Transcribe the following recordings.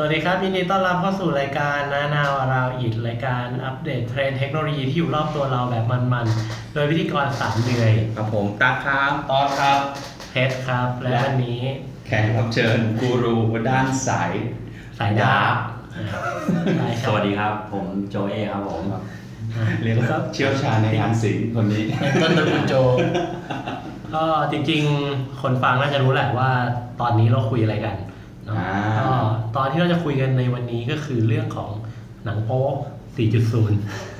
วัสดีครับยินดีต้อนรับเข้าสู่รายการนะนาวราวอิดรายการอัปเดตเทรนด์เทคโนโลยีที่อยู่รอบตัวเราแบบมันๆ โดยพิธีกรสามเหนื่อย ครับผมตั๊กครับตอนครับ เพชรครับ และวันนี้ แขกรับเชิญกูรูด้านสาย สายดาบนะครับใช่ค ส รับ วัสดีครับ ผมโจเอครับผม เรียกว่าเชี่ยวชาญในงานศิลป์คนนี้ เป็นต้นตระกูลโจ ก็จริงๆ คนฟังน่าจะรู้แหละว่าตอนนี้เราคุยอะไรกันเนาะ อ่า ก็ตอนที่เราจะคุยกันในวันนี้ก็คือเรื่องของหนังโป๊ะ4.0 เ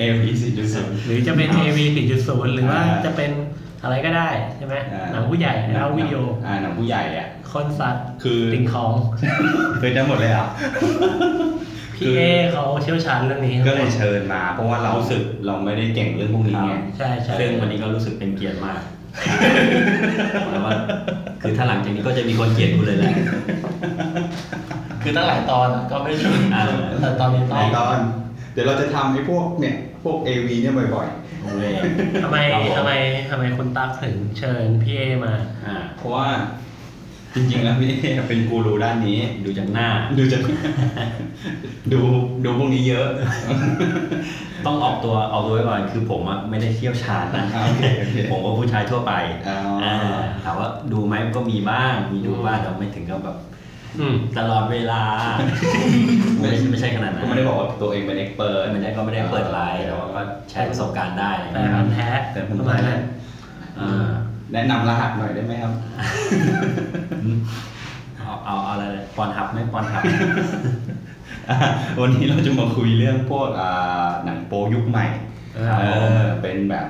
อฟอีสี่จุดศูนย์ หรือจะเป็น AV 4.0 หรือว่า อ่า จะเป็นอะไรก็ได้ใช่ไหมหนังผู้ใหญ่แล้ววิดีโอ อ่าหนังผู้ใหญ่อ่ะ คนสัตว์ คือ สิ่งของ เคยได้หมดเลยเหรอ่ะ พี่ คือ เอเขาเชี่ยวชาญเรื่องนี้ ก็เลยเชิญมา เพราะว่าเรารู้สึกเราไม่ได้เก่งเรื่องพวกนี้ไง ใช่ใช่ ซึ่งวันนี้ก็รู้สึกเป็นเกียรติมากแล้วว่าคือถ้าหลังจากนี้ก็จะมีคนเกลียดกูเลยแหละ คือตั้งหลายตอนก็ไม่ชุน อ่า แต่ตอนนี้ต้ ไอ อง ตอนเดี๋ยวเราจะทำไอ้พวกเนี่ย พวก AV เนี่ยบ่อย โอเค ทำไม ครับผ ทำไมทำไมคุณตั๊กถึงเชิญพี่เอมา อ่า ๆ เพราะว่าจริงๆ แล้วพี่ เอเป็นกูรูด้านนี้ ดูจากหน้า ดูจะ ดูดูพวกนี้เยอะ ต้องออกตัวออกตัวไว้ก่อนคือผมอะไม่ได้เชี่ยวชาญนะ อ่าโอเคโอเค ผมก็ผู้ชายทั่วไป อ๋ออ่ าถามว่าดูไหมก็มีบ้าง มีดูบ้างแต่ไม่ถึงกับแบบ อืม ตลอดเวลา ไม่ใช่ไม่ใช่ขนาดนั้ ก็ น ไม่ได้บอกว่าตัวเองเป็นเอ็กซ์เปิด ไม่ได้ก็ไม่ได้เปิดไลน์แต่ว่าก็แชร์ประสบการณ์ได้อะไรอย่าง แต่ เงี้ย พันธุ์แท้ แต่พันธุ์ ประมาณ แท้ นั้น อ่า แนะนำรหัสหน่อยได้ไหมครับ เอาเอาเอาอะไรปอนหับไม่ปอนหับ อ่ะวันนี้เราจะมาคุยเรื่องพวกอ่าหนังโป๊ยุคใหม่ ครับ เออเป็นแบบ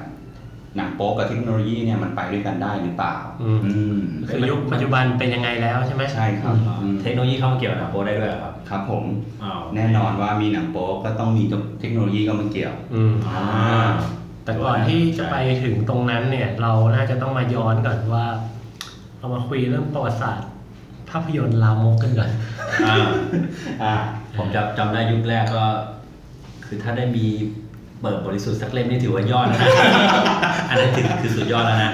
หนังโป๊กับเทคโนโลยีเนี่ยมันไปด้วยกันได้หรือเปล่า อืม อืม คือยุคปัจจุบันเป็นยังไงแล้วใช่ไหม ใช่ครับอืม เทคโนโลยีเข้ามาเกี่ยวกับหนังโปได้ด้วยเหรอครับ ครับผม อ้าว แน่นอนว่ามีหนังโป๊ก็ต้องมีเทคโนโลยีก็มาเกี่ยว อืม อ่า แต่ก่อนที่จะไปถึงตรงนั้นเนี่ย เราน่าจะต้องมาย้อนก่อนว่า เรามาคุยเรื่องประวัติศาสตร์ ภาพยนตร์ลามกกันก่อน อ่า อ่า ผมจำจำได้ยุคแรกก็ คือถ้าได้มีเปิดบริสุทธิ์สักเล่มนี่ถือว่ายอดแล้วนะ อันนั้นถือคือสุดยอดแล้วนะ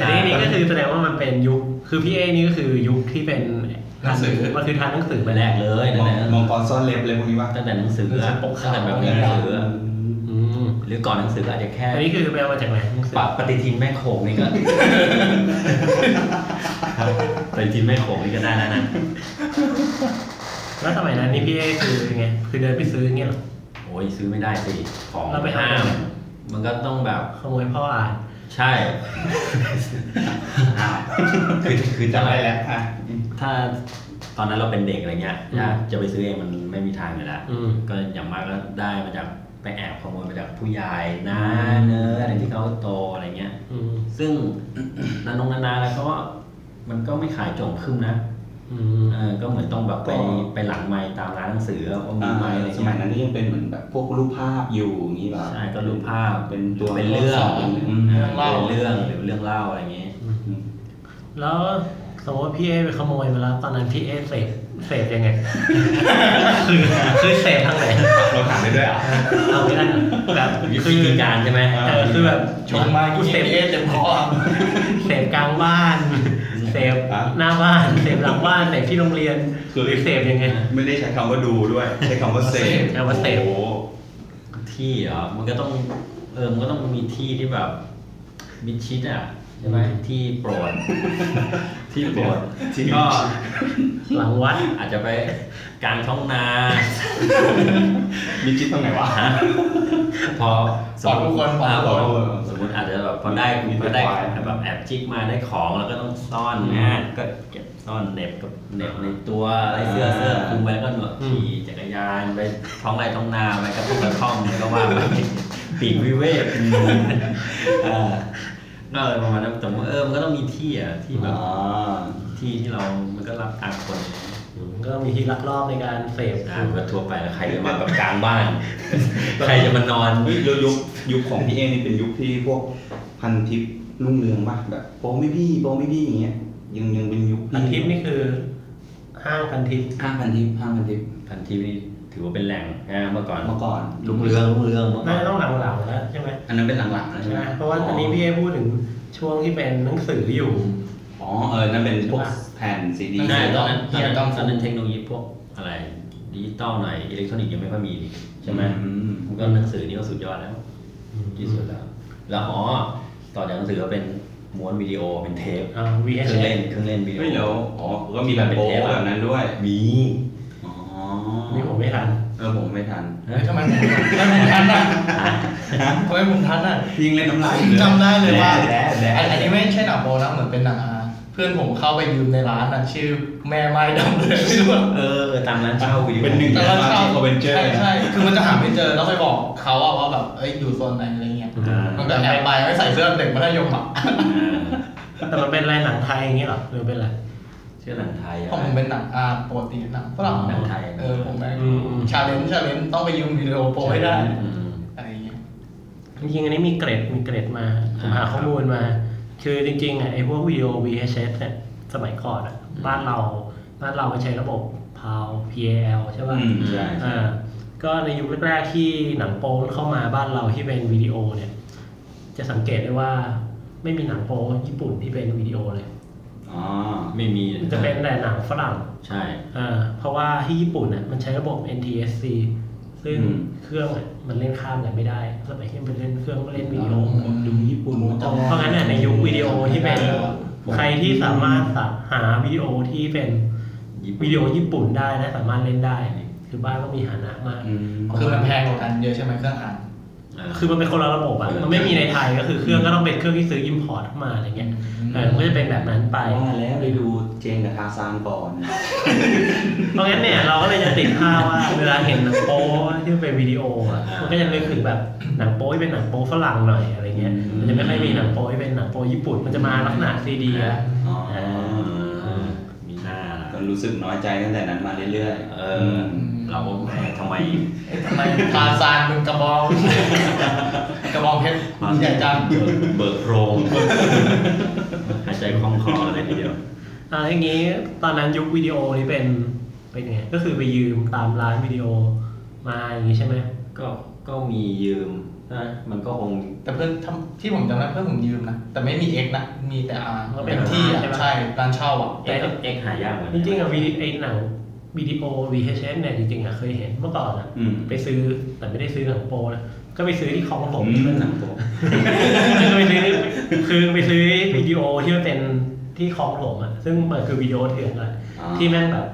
อันนี้นี่ก็คือแสดงว่ามันเป็นยุค คือพี่เอนี่ก็คือยุคที่เป็น หนังสือ มันคือทางหนังสือไป ไปแแรล้ว กเลยตั้งแต่ มองกรซ่อนเล็บเลยพวกนี้ว่า ตั้งแต่หนังสืออะ ปกขาว ตั้งแต่แบบหนังสืออะ อืม หรือก่อนหนังสือก็อาจจะแค่ อันนี้คือแปลมาจากไหนหนังสือ ปะปฏิทินแม่โขงนี่ก็ ครับปฏิทินแม่โขงนี่ก็ได้แล้วนะ แล้วสมัยนั้นนี่พี่เอคือยังไง คือเดินไปซื้ออย่างเงี้ยเหรอ โอ้ยซื้อไม่ได้สิของ เราไปหา ห้าม มันก็ต้องแบบ ขโมยพ่ออ่าน ใช่ คือคือ จำ ถ้า ได้แล้วอ่ะ ถ้าตอนนั้นเราเป็นเด็กอะไรเงี้ยยากจะไปซื้อเองมันไม่มีทางเลยละ อืม ก็อย่างมากก็ได้มาจากไปแอบขโมยมาจากผู้ใหญ่นะเนอะอะไรที่เขาโตอะไรเงี้ย อืม ซึ่ง นันนงนานาแล้วก็มันก็ไม่ขายโจงขึ้นนะ อืม เออก็เหมือนต้องแบบไปไปหลังไม้ตามร้านหนังสือว่ามี อ่า ไม้อะไร ส เงี้ มัยนั้นนี่ยังเป็นเหมือนแบบพวกรูปภาพอยู่อย่างนี้แบบ ใช่ก็รูปภาพ เป็นตัว เป็นเรื่อง ข้อสอนอืม เออเป็นเรื่องหรือเรื่องเล่าอะไรอย่างเงี้ย แล้วสมมติว่าพี่เอไปขโมยมาแล้ว ตอนนั้นพี่เอเสพเสพยังไง คือคือเสพทางไหน เราถามได้ด้วยเหรอ่ะ เอาไม่ได้แบบ วิ คือ ธีการใช่ไหม เออคือแบบ ชงมา เสพเอสเต็มคอเสพกลางบ้านเสพหน้าบ้าน เสพหลังบ้านเสพที่โรงเรียน คือ หรือเสพยังไง ไม่ได้ใช้คำว่าดูด้วย ใช้คำว่าเสพ ใช้คำว่าเสพ โอ้โห ที่เหรอมันก็ต้องเออมันก็ต้องมีที่ที่แบบมิดชิดอ่ะใช่ไหมที่โปรด ที่โปรด ที่มิ ก็ ดชิด หลังวัด อาจจะไปกลางช่องนา มีจิตตรงไหนวะ พอสมมติ ปลอดทุกคนปลอด อ่า ทุกคน ปลอดทุกคนสมมติอาจจะแบบพอได้ มี พอได้ ไฟล์ แบบแอบจิกมาได้ของแล้วก็ต้องซ่อนนะก็เก็บซ่อนเหน็บกับเหน็บในตัวอะไรเสื้อเสื้อคลุมไปแล้วก็หนวดขี่จักรยานไปท้องไร่ท้องนาไปกระท่อมกระท่อมเนี่ยก็ว่าไปปีกวิเวกอ่าก็เลยประมาณนั้นแต่ว่าเออมันก็ต้องมีที่อ่ะที่แบบ อ่า ที่ที่เรา มันก็รับตามคนนะ ก็มีที่ลักลอบในการเสพ อ่ามันก็ทั่วไปแล้วใครจะมาแบบกลางบ้าน ใครจะมานอน ยุคยุคยุคของพี่เอนี่เป็นยุคที่พวกพันทิปรุ่งเรืองมากแบบโปรไม่พี่โปรไม่พี่อย่างเงี้ยยังยังเป็นยุค พันทิพย์นี่คือ ห้างพันทิพย์ ห้างพันทิปห้างพันทิป พันทิพย์นี่ถือว่าเป็นแหล่งนะเมื่อก่อน เมื่อก่อน ลุงเรืองลุงเรืองเมื่อก่ น่า อน จะต้องหลังหลังๆแล้วใช่ไหม อันนั้นเป็นหลังๆนะใช่ ใช่ ไห ไห ม มเพราะว่าอันนี้พี่เอพูดถึงช่วงที่เป็นหนังสืออยู่ อ๋อเออนั่นเป็นพวกแผ่นซีดี ใช่ตอนนั้น เฮียตอนนั้น ต้อง ตอนนั้นเทคโนโลยีพวก อะไรดิจิตอลหน่อยอิเล็กทรอนิกส์ยังไม่ค่อยมีนี่ใช่ไหม อืม มันก็หนังสือนี่ก็สุดยอดแล้ว ที่สุดแล้ว แล้วอ๋อต่อจากหนังสือก็เป็นม้วนวิดีโอเป็นเทป อ่า เครื่อง VHS เล่นเครื่องเล่นวิดีโอ เฮ้ยแล้วอ๋อก็มีแบบโบะแบบนั้นด้วย มี อ๋อ นี่ผมไม่ทัน เออผมไม่ทัน เฮ้ยทำไมผมทำไมผมทันอ่ะทำไมผมทันอ่ะ พี่ยังเล่นน้ำลายอยู่เลย จำได้เลยว่า แดะแดะ อัน แดะ นี้ไม่ใช่หนังโบนะเหมือนเป็นหนังอาเพื่อนผมเข้าไปยืมในร้านอ่ะชื่อแม่ไม้ดำเลยไม่รู้ว่า เออตามร้านเช่าวิดีโอ เป็นหนึ่ง แต่เราเช่า Avenger ใช่ใช่คือมันจะหาไม่เจอแล้วไปบอกเขาอะว่าแบบเอ้ยอยู่โซนไหนอะไรเงี้ย อ่า มันก็แอบไปไม่ใส่เสื้อเด็กมัธยมอะ อ่า แต่มันเป็นลายหนังไทยอย่างนี้เหรอหรือเป็นอะไร ชื่อหนังไทยอะ เพราะผมเป็นหนังอาปกติหนังฝรั่ง หนังไทย เออผมแม่ง อืมอืม ชาเลนจ์ชาเลนจ์ต้องไปยืมวิดีโอโปรให้ได้ อืม อะไรเงี้ย จริงๆอันนี้มีเกรดมีเกรดมาผมหา อ่าครับ ข้อมูลมา คือจริงๆอ่ะไอ้พวกวิดีโอ VHS เนี่ยสมัยก่อนอ่ะ อืม บ้านเราบ้านเราก็ใช้ระบบ PAL PAL ใช่ป่ะ อืมใช่ อ่าก็ในยุคแรกๆที่หนังโป๊เข้ามาบ้านเราที่เป็นวิดีโอเนี่ย จะสังเกตได้ว่าไม่มีหนังโป๊ญี่ปุ่นที่เป็นวิดีโอเลย อ๋อ ไม่มี จะเป็นแต่หนังฝรั่ง ใช่ อ่าเพราะว่าที่ญี่ปุ่นน่ะมันใช้ระบบ NTSC ซึ่ง อืม เครื่องอ่ะมันเล่นข้ามกันไม่ได้สมัยที่มันเล่นเครื่องก็เล่นวิดีโอ คนดูญี่ปุ่นมันต้อง เพราะงั้นเนี่ยในยุควิดีโอที่เป็น ได้แล้ว ใครที่สามารถสะหาวิดีโอที่เป็น ญี่ปุ่น วิดีโอญี่ปุ่นได้และสามารถเล่นได้ คือบ้านก็มีฐานะมาก อืม คือมันแพงกว่ากันเยอะใช่ไหมเครื่องอ่าน อ่า คือมันเป็นคนละระบบอ่ะมันไม่มีในไทยก็คือเครื่องก็ต้องเป็นเครื่องที่ซื้อ import เข้ามาอะไรเงี้ยเออมันก็จะเป็นแบบนั้นไป ว่าแล้วไปดูเจงกับทาซานก่อน เพราะงั้นเนี่ยเราก็เลยจะติดภาพว่าเวลาเห็นหนังโป๊ที่เป็นวิดีโออะ อ่ามั มันก็จะนึกถึงแบบหนังโป๊ที่เป็นหนังโป๊ฝรั่งหน่อยอะไรเงี้ย อืม มันจะไม่ค่อยมีหนังโป๊ที่เป็นหนังโป๊ญี่ปุ่น มันจะมาลักษณะซีดีอะ อ๋อ อ่ามีหน้าล่ะ ก็รู้สึกน้อยใจตั้งแต่นั้นมาเรื่อยๆ เอออ ม เราก็แพ้ทำไม เอ๊ะทำไมทาซานเป็นกระบอง กระบองเพชรใหญ่จัง เบิกเบิกโพรง หายใจคล่องคอเลยทีเดียว อ่าอย่างงี้ตอนนั้นยุควิดีโอนี่เป็นเป็นไง ก็คือไปยืมตามร้านวิดีโอมาอย่างงี้ใช่ไหม ก็ก็มียืมนะมันก็คง แต่เพื่อนทำที่ผมจำได้เพื่อนผมยืมนะ แต่ไม่มีเอ็กนะ มีแต่อา ก็เป็ เป็น นที่อะ ใช่ปะ ใช่ร้านเช่าอ่ะ แต่ เอ็กเอ็กหายากเหมือน จริงๆอะวิดีไอหนังวิดีโอ VHS เนี่ยจริงๆอะเคยเห็นเมื่อก่อนอะ อืม ไปซื้อแต่ไม่ได้ซื้อหนังโป๊นะก็ไปซื้อที่คลองผ ผม ม เป็น หนังโป๊ะ คือไปซื้อคือไปซื้อวิดีโอที่มันเป็นที่คลองผมอะซึ่งมันคือวิดีโอเถื่อนอะ อ่า ที่แม่งแบบ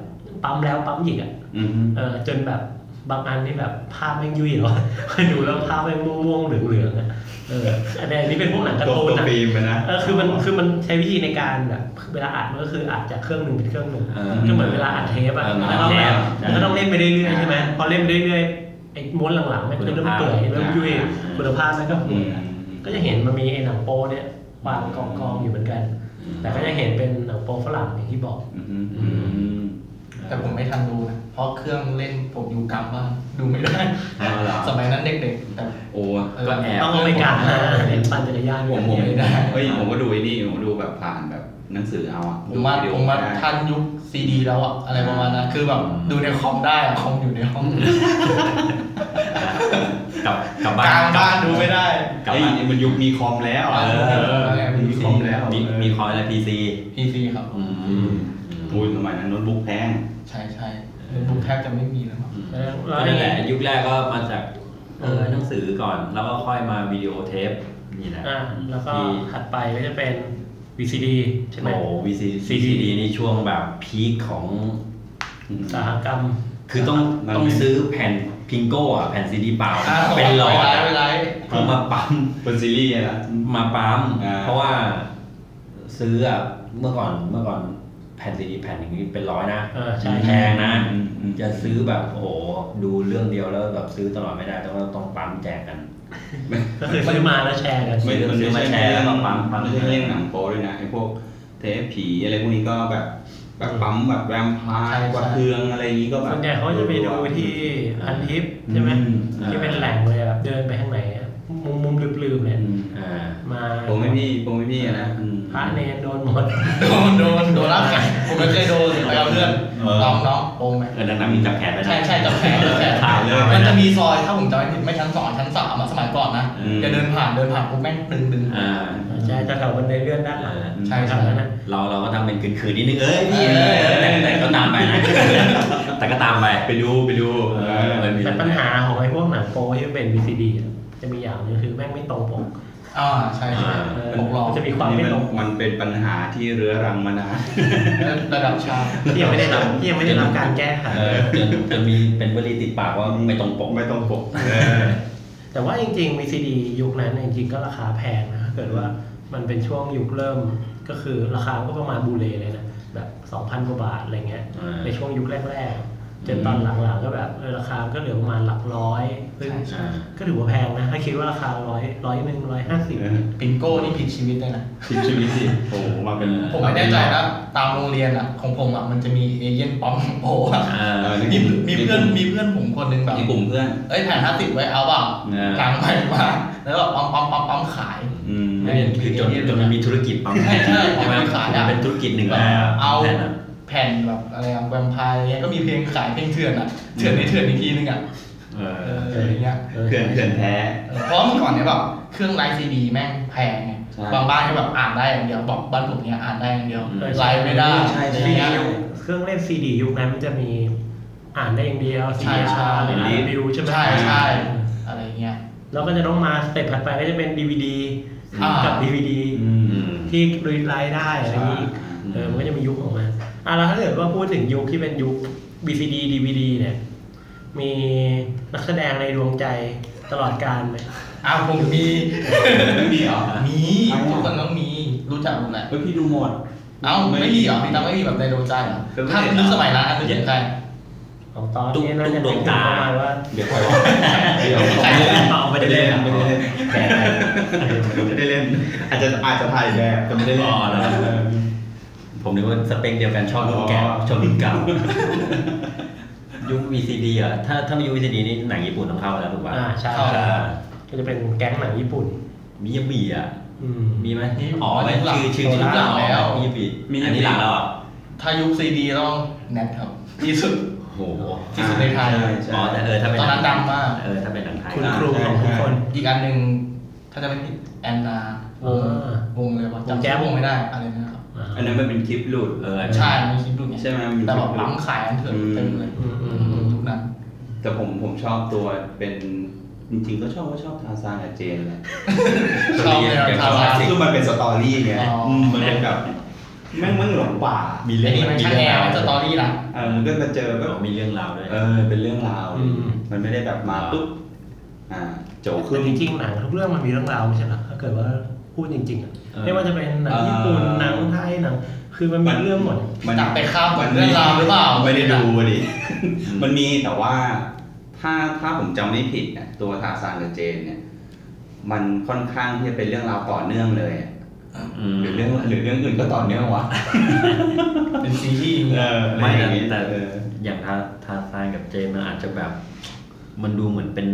ปั๊มแล้วปั๊มอีกอะ อืม เออจนแบบบางอันนี่แบบภาพแม่งยุ่ยแล้วอะ ดูแล้วภาพแม่งม่วงๆเหลืองๆอะเอออันนี้อันนี้เป็นพวกหนังการ์ ตัว ตูน ตัว อะ ฟิล์มอะนะ เออคือมันคือมันใช้วิธีในการแบบเวลาอัดมันก็คืออัดจากเครื่องหนึ่งเป็นเครื่องหนึ่ง เออ ก็เหมือนเวลาอัดเทปอะ เออ แล้วก็ต้องแบบ ใช่ มันก็ต้องเล่นไปเรื่อยๆใช่ไหมพอเล่นไปเรื่อยๆไอ้ม้วนหลังๆแม่งก็เริ่มเปื่อยเริ่มยุ่ย อ่า คุณภาพแม่งก็ อื ห่วย ม ก็จะเห็นมันมีไอ้หนังโป้เนี่ยวางกองกองๆอยู่เหมือนกัน แต่ก็จะเห็นเป็นหนังโป้ฝรั่งอย่างที่บอก อืมอืม แต่ผมไม่ทันดูนะ เพราะเครื่องเล่นผมอยู่กลับบ้านดูไม่ได้ เอาล่ะ สมัยนั้นเด็กๆ แต่ โอ้ เออ ก็แอบ ต้องเอาไปกลางนะเห็นปั่นจักรยาน ผมผม ไม่ได้ เฮ้ยผมก็ดูไอ้นี่ผมดูแบบผ่านแบบหนังสือเอาอะ ผ ดู มมา วิดีโอ ผมมา ได้ ทันยุคซีดีแล้วอ่ะ อะไรประมาณนั้น คือแบบดูในคอมได้อะคอมอยู่ในห้อง กลับกลับ ก บ้าน ลางบ้านดูไม่ได้ กลับ เอ้ย บ้าน มันยุคมีคอมแล้วอะ เออ มันยุคมีคอมแล้ว มีมีคอยและพีซี พีครับ อุ้ยสมัยนั้นโน้ตบุ๊กแพง ใช่ใช่ๆโน้ตบุ๊กแทบจะไม่มีแล้วมั้ง แล้ว นั่ นี่ นแหละยุคแรกก็มาจากเออหนังสือก่อน แล้วก็ค่อยมาวิดีโอเทปนี่แหละ อ่าแล้วก็ ที่ ถัดไปก็จะเป็น VCD ใช่ไหม โอ้วีซี CD ดีนี่ช่วงแบบพีคของ อุตสาหกรรม คือต้อง มัน ต้อง เป็น ซื้อแผ่นพิงโก้อะแผ่นซีดีเปล่า อ่า เป็นร้อย ไปไลฟ์ ผมมาปั๊ม เป็นซีรีส์อะนะ มาปั๊ม อ่า เพราะว่าซื้ออะเมื่อก่อนเมื่อก่อนแผ่นซีดีแผ่นอย่างนี้เป็นร้อยนะ เออใช่ แพงนะ จะซื้อแบบโอ้โหดูเรื่องเดียวแล้วแบบซื้อตลอดไม่ได้ต้องต้องปั๊มแจกกัน ก็คือซื้อมาแล้วแชร์กัน ไม่ ซื้อ มันไม่ มา ใช่ แช แช ร์ ร์ แล้วมาปั๊ปั๊ม ม ปั๊ ปั๊ ม มไม่ใช่เรื่องหนังโป๊ด้วยนะไอ้พวกเทปผีอะไรพวกนี้ก็แบบแบบปั๊มแบบแวมไพา ใช่ ย ใช่ กว่าเทืองอะไรอย่างนี้ก็แบบ ส่วนใหญ่เขาจะไปดูที่อันทิปใช่ไหม อืม ที่เป็นแหล่งเลยแบบเดินไปข้างไหนอะมุมมุมลืมๆเนี่ย อ่า มา ผมไม่พี่ผมไม่พี่อะนะอืม พระเนนโดนหมด โดนโดนโดนร่างกายผมไม่เคยโดนไปเอาเพื่อน เออ น้องน้องโปมไหม เออหนังๆมีจับแขนไปนะ ใช่ใช่จับแขนจับแขน ถ่ายเลย มัน น จะมีซอยถ้าผมจำไม่ผิดไม่ชั้นสองชั้นสามอะสมัยก่อนนะ อืม จะเดินผ่านเดินผ่านปุ๊บแม่งตึงดึง อ่า ใช่แถวๆบันไดเลื่อนด้านหลัง ใช่ แถวนั้นนะ เราเราก็ทำเป็นคืนๆนิดนึงเอ้ยพี่เอ้ยแต่แต่ก็ตามไปนะแต่ก็ตามไป ไปดูไปดู เออมันมี แต่ปัญหาของไอ้พวกหนังโปที่เป็น VCD อะจะมีอย่างหนึงคือแม่งไม่ตรงปก อ่าใช่ใช่ อ่า เออ ปกรอง มันจะมีความไม่ตรง มันเป็นปัญหาที่เรื้อรังมานาน ระดับชาติ ที่ยังไม่ได้รับที่ยังไม่ได้รับการแก้ไข เออจนจนมีเป็นวลีติดปากว่าไม่ตรงปก ไม่ต้องปกเออ แต่ว่าจริงๆ VCD ยุคนั้นเนี่ยจริงๆ ก็ราคาแพงนะถ้าเกิดว่ามันเป็นช่วงยุคเริ่มก็คือราคาก็ประมาณบูเลเลยนะแบบ 2,000 กว่าบาทอะไรเงี้ย อ่า ในช่วงยุคแรกๆจนตอนหลังๆ ก็แบบเออราคาก็เหลือประมาณหลักร้อยซึ่ง ใช่ใช่ อ่า ก็ถือว่าแพงนะ ถ้าคิดว่าราคาร้อยร้อยหนึ่งร้อยห้าสิบ เออ ปิงโก้นี่ผิดชีวิตเลยนะ ทิชีวิตสิโอ้โหมาเป็น ผมไม่แน่ใจนะตามโรงเรียนอ่ะของผมอ่ะมันจะมีเอเย่นปั๊มโปอ่ะ อ่า เออ มีมี ใก เพื่อน ลุ่ มีเพื่อนผมคนหนึงแบบ ในกลุ่มเพื่อน เอ้ยแผ่นห้าติดไว้เอาเปล่า อ่า กลางไปมา แล้วแบบปั๊มปั๊มปั๊มปั๊มขาย อืม ไม่เป็นคือจนจนมันมีธุรกิจปั๊ม ใช่ใช่ ไหม ปั๊มขายอะ เป็นธุรกิจหนึ่ง แบบ แล้ว เอา แค่นั้น แผ่นแบบอะไรอะแวมไพร์ก็มีเพลงขายเพลงเถื่อนอ่ะเถื่อนในเถื่อนอีกทีนึงอ่ะ เอ เอ อ ออะไรเงี้ย เออ เพื่อนเพื่อนแท้ เออเพราะเมื่อก่อนเนี่ยแบบเครื่องไลฟ์ซีดีแม่งแพงไง ใช่ บางบ้านก็แบบอ่านได้อย่างเดียวบอกบ้านผมเนี่ยอ่านได้อย่างเดียว อืม ไลฟ์ไม่ได้ ใช่ใช่ อะไรเงี้ย เครื่องเล่น CD ยุคนั้นมันจะมีอ่านได้อย่างเดียว ใช่ CDR ใช่ หรือรีวิวใช่ไหม ใช่ใช่อะไรเงี้ย แล้วก็จะต้องมาสเต็ปถัดไปก็จะเป็น DVD อ่ากั กับ DVD อืม อืม ที่รีไลท์ได้อะไรอย่างนี้อีก ใช่ เออมันก็จะมียุคของมันอ่ะแล้วถ้าเกิดว่าพูดถึงยุคที่เป็นยุค BCD DVD เนี่ย มีนักแสดงในดวงใจตลอดการไหม อ้าวผม มี ไม่มีเหรอ มี เอาอะ ทุกคนต้องมีรู้จักผมแหละ เฮ้ยพี่ดูหมด เอ้าไม่มีเหรอพี่ตั้มไม่มีแบบในดวงใจเหรอ เป็นไม่ ถ้า เห็น ยุค เหรอ สมัยนั้นอันคือดวงใจ ของตอนนี้น่าจะ ตุ๊ เป็นปกดวงตา ระมาณว่า เดี๋ยวคอยวะเดี๋ยว ใครเล่นเอาไม่ได้เล่น ไม่ได้เล่น แก ไม่ได้เล่น อาจจะอาจจะถ่ายแบบแต่ไม่ได้เล่น อ๋อเหรอ เออ ผมนึกว่าสเปคเดียวกันชอบรุ่นแก่ อ๋อ ชอบรุ่นเก่า ยุค VCD อ่ะ ถ้าถ้าไม่ยุค VCD นี่หนังญี่ปุ่นต้องเข้าแล้วถูกป่ะ อ่าใช่ เข้าแล้ว ก็จะเป็นแก๊งหนังญี่ปุ่น มิยาบิอ่ะ อืม มีไหมอ๋อไม่ชื่อชื่อชื่อมิยาบิ มิยาบิ อันนี้หลังแล้วเหรอ่ะ ถ้ายุคซีดีต้องแนทครับดีสุด โอ้โห ที่สุดในไทย ใช่ใช่ อ๋อแต่เออถ้าเป็นห ตอนนั้นดังมาก เออถ้าเป็นหนังไทย คุณ นะ ครูของทุกคน อีกอันหนึ่งถ้าจะไม่ผิดแอนนาวง อ่าว งเลยว่า ผม จำ แจ๊ แจ๊ บ วงไม่ได้อะไรนะครับ อ่า อันนั้นมันเป็นคลิปหลุด เออ ใช่มีคลิปดูไง ใช่ไหมมี แต่แบคบลิปดู ล้ำขายอันเถื่อนเต็มเลยอือืมอืมอืม ยุคนั้น แต่ผมผมชอบตัวเป็นจริงๆก็ชอบก็ชอบทาซานกับเจนแหละ ชอบแนวทาซาน คือมันเป็นสตอรี่ไง อ๋ออื มมันเป็นแบบแม่งมึงหลงป่า มี ไอ้ เรื่อง นี่มันช่างแอร์มันสตอรี่ละ เออมันก็มาเจอแบบ มีเรื่องราวด้วย เออเป็นเรื่องราว อืม มันไม่ได้แบบมาปุ๊บอ่าโจขึ้ แต่ น จริงๆหนังทุกเรื่องมันมีเรื่องราวไม่ใช่เหรอถ้าเกิดว่าพูดจริงๆอะ เออ ไม่ว่าจะเป็นหนังญี่ปุ่น เออ หนังไทยหนังคือมันมีเรื่องหมด มันตักไปข้ามกับเรื่องราวหรือเปล่า ไม่ได้ดูอะดิ อืม มันมี แต่ว่าถ้าถ้าผมจำไม่ผิดเนี่ยตัวทาซานกับเจนเนี่ย มันค่อนข้างที่จะเป็นเรื่องราวต่อเนื่องเลยอะ อืม หรือเรื่องหรือเรื่องอื่นก็ต่อเนื่องวะ เป็นซีรีส์ เออ ไม่ อะรอ แต่ ย่างงี้ แต่ เออ อย่างทาทาซานกับเจมส์มันอาจจะแบบ มันดูเหมือนเป็น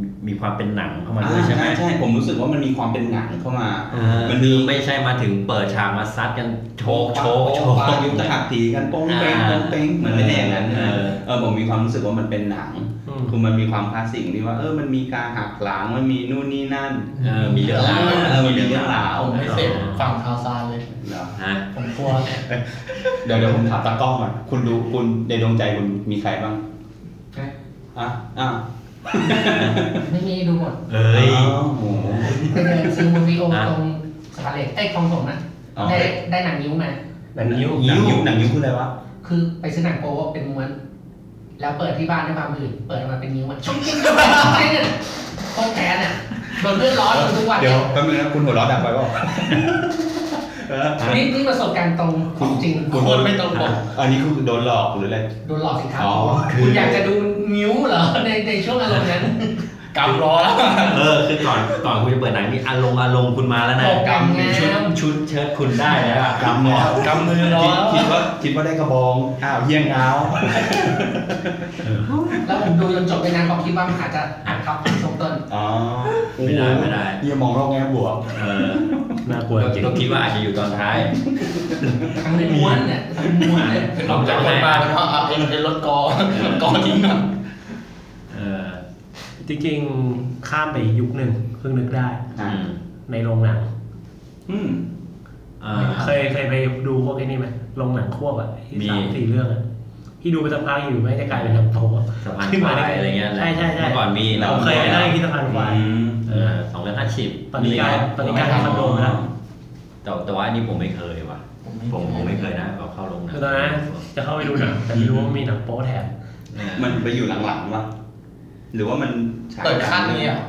มีมีความเป็นหนังเข้ามาด้วยใช่ไหม อ่าใช่ผมรู้สึกว่ามันมีความเป็นหนังเข้ามา อ่า มัน คื มี อไม่ใช่มาถึงเปิดฉากมาซัดกันโชกโชกโชก ปะยุทธหัตถีกันโป้งเป้ง อ่า โป้งเป้งมันไม่ได้อย่างนั้น เอ เอ อ อเออผมมีความรู้สึกว่ามันเป็นหนัง อืม คือมันมีความคลาสสิกที่ว่า เออมันมีการหักหลังมันมีนู่นนี่นั่น เออมีเรื่องราว เออมันมีเรื่องราว ผมไม่เสพฝั่งทาซานเลย เหรอ ฮะ ผมกลัว เดี๋ยวเดี๋ยวผมถามตากล้องก่อนคุณดูคุณในดวงใจคุณมีใครบ้างอ่ะอ่ะ ไม่มีดูหม ด เอ้ย อ้าวโห ไปเดินซื้อมูวีโอ อ่ะ ตรงสถานเหล็กไอ้ยคลองถมนะ อ๋อ ได้ได้หนังนิ้วมา หนังนิ้วหนังนิ้วหนังนิ้วคืออะไรวะ คือไปซื้อหนังโป๊เป็นม้วน แล้วเปิดที่บ้านด้วยความหื่นเปิดออกมาเป็นนิ้วมันชุ่มชิ้มชุ่มชิ้มเนี่ยโคตรแค้นอ่ะโดนเลือดร้อนทุกวัน เดี๋ยวแป๊บนึงนะคุณหัวเราะดังไปเปล่าเออ นี่นี่ประสบการณ์ตรงของจริง คุณ คนไม่ตรงปก อันนี้คือโดนหลอกหรืออะไร โดนหลอกสิครับ อ๋อคือ คุณอยากจะดูนิ้วเหรอในในช่วงอารมณ์นั้น กำร้อแล้ว เออคือก่อนก่อนคุณจะเปิดหนังนี่อารมณ์อารมณ์คุณมาแล้วนะ โอ้กรรม ชุดชุดเชิ้ตคุณได้แล้วอะ กำหมอก กำมือร้อ คิดคิแล้วดว่าคิดว่าได้กระบองอ้าวเยี่ยงเอา แล้วผมดูจนจบไปนะผมคิดว่ามันอาจจะอ่านครับทรงต้น อ๋อ ไม่ได้ไม่ได้ เยี่ยมองโลกแง่บวก เออ น่ากลัวจริง เราคิดว่าอาจจะอยู่ตอนท้าย ทั้งในม้วนเนี่ยทั้งม้วนเลย นอกจากคนบ้านก็เอาเองเป็นรถกอ กอทิ้งอ่ะ เออ จริงๆข้ามไปยุคหนึ่งเพิ่งนึกได้ อื อ่ะ ม ในโรงหนัง อืม อ่า เคยเคยไปดูพวกไอ้นี่ไหมโรงหนังควบอ่ะที่ มี สามสี่เรื่องอ่ะที่ดูไปสักพักอยู่ไม่งจะกลายเป็นหนังโต๊ะ สะพาน ขึ้ม ควายอะไรเงี้ย ใช่ใช่ใช่ เมื่อก่อนมี เราเคยไป เรา นั่งที่สะพานควาย อืม เออสองร้อยห้าสิบ ตอนนี้กลายตอนนี้กลายเป็นคอนโดไปแล้ว แต่แต่ว่าอันนี้ผมไม่เคยว่ะ ผมผมไม่เคยนะเราเข้าลงหนะ คือตอนนั้นจะเข้าไปดูหนังแต่ไม่รู้ว่ามีหนังโป๊แถม มันไปอยู่หลังๆวะหรือว่ามันฉาย เปิดขั้นนี้อ่ะ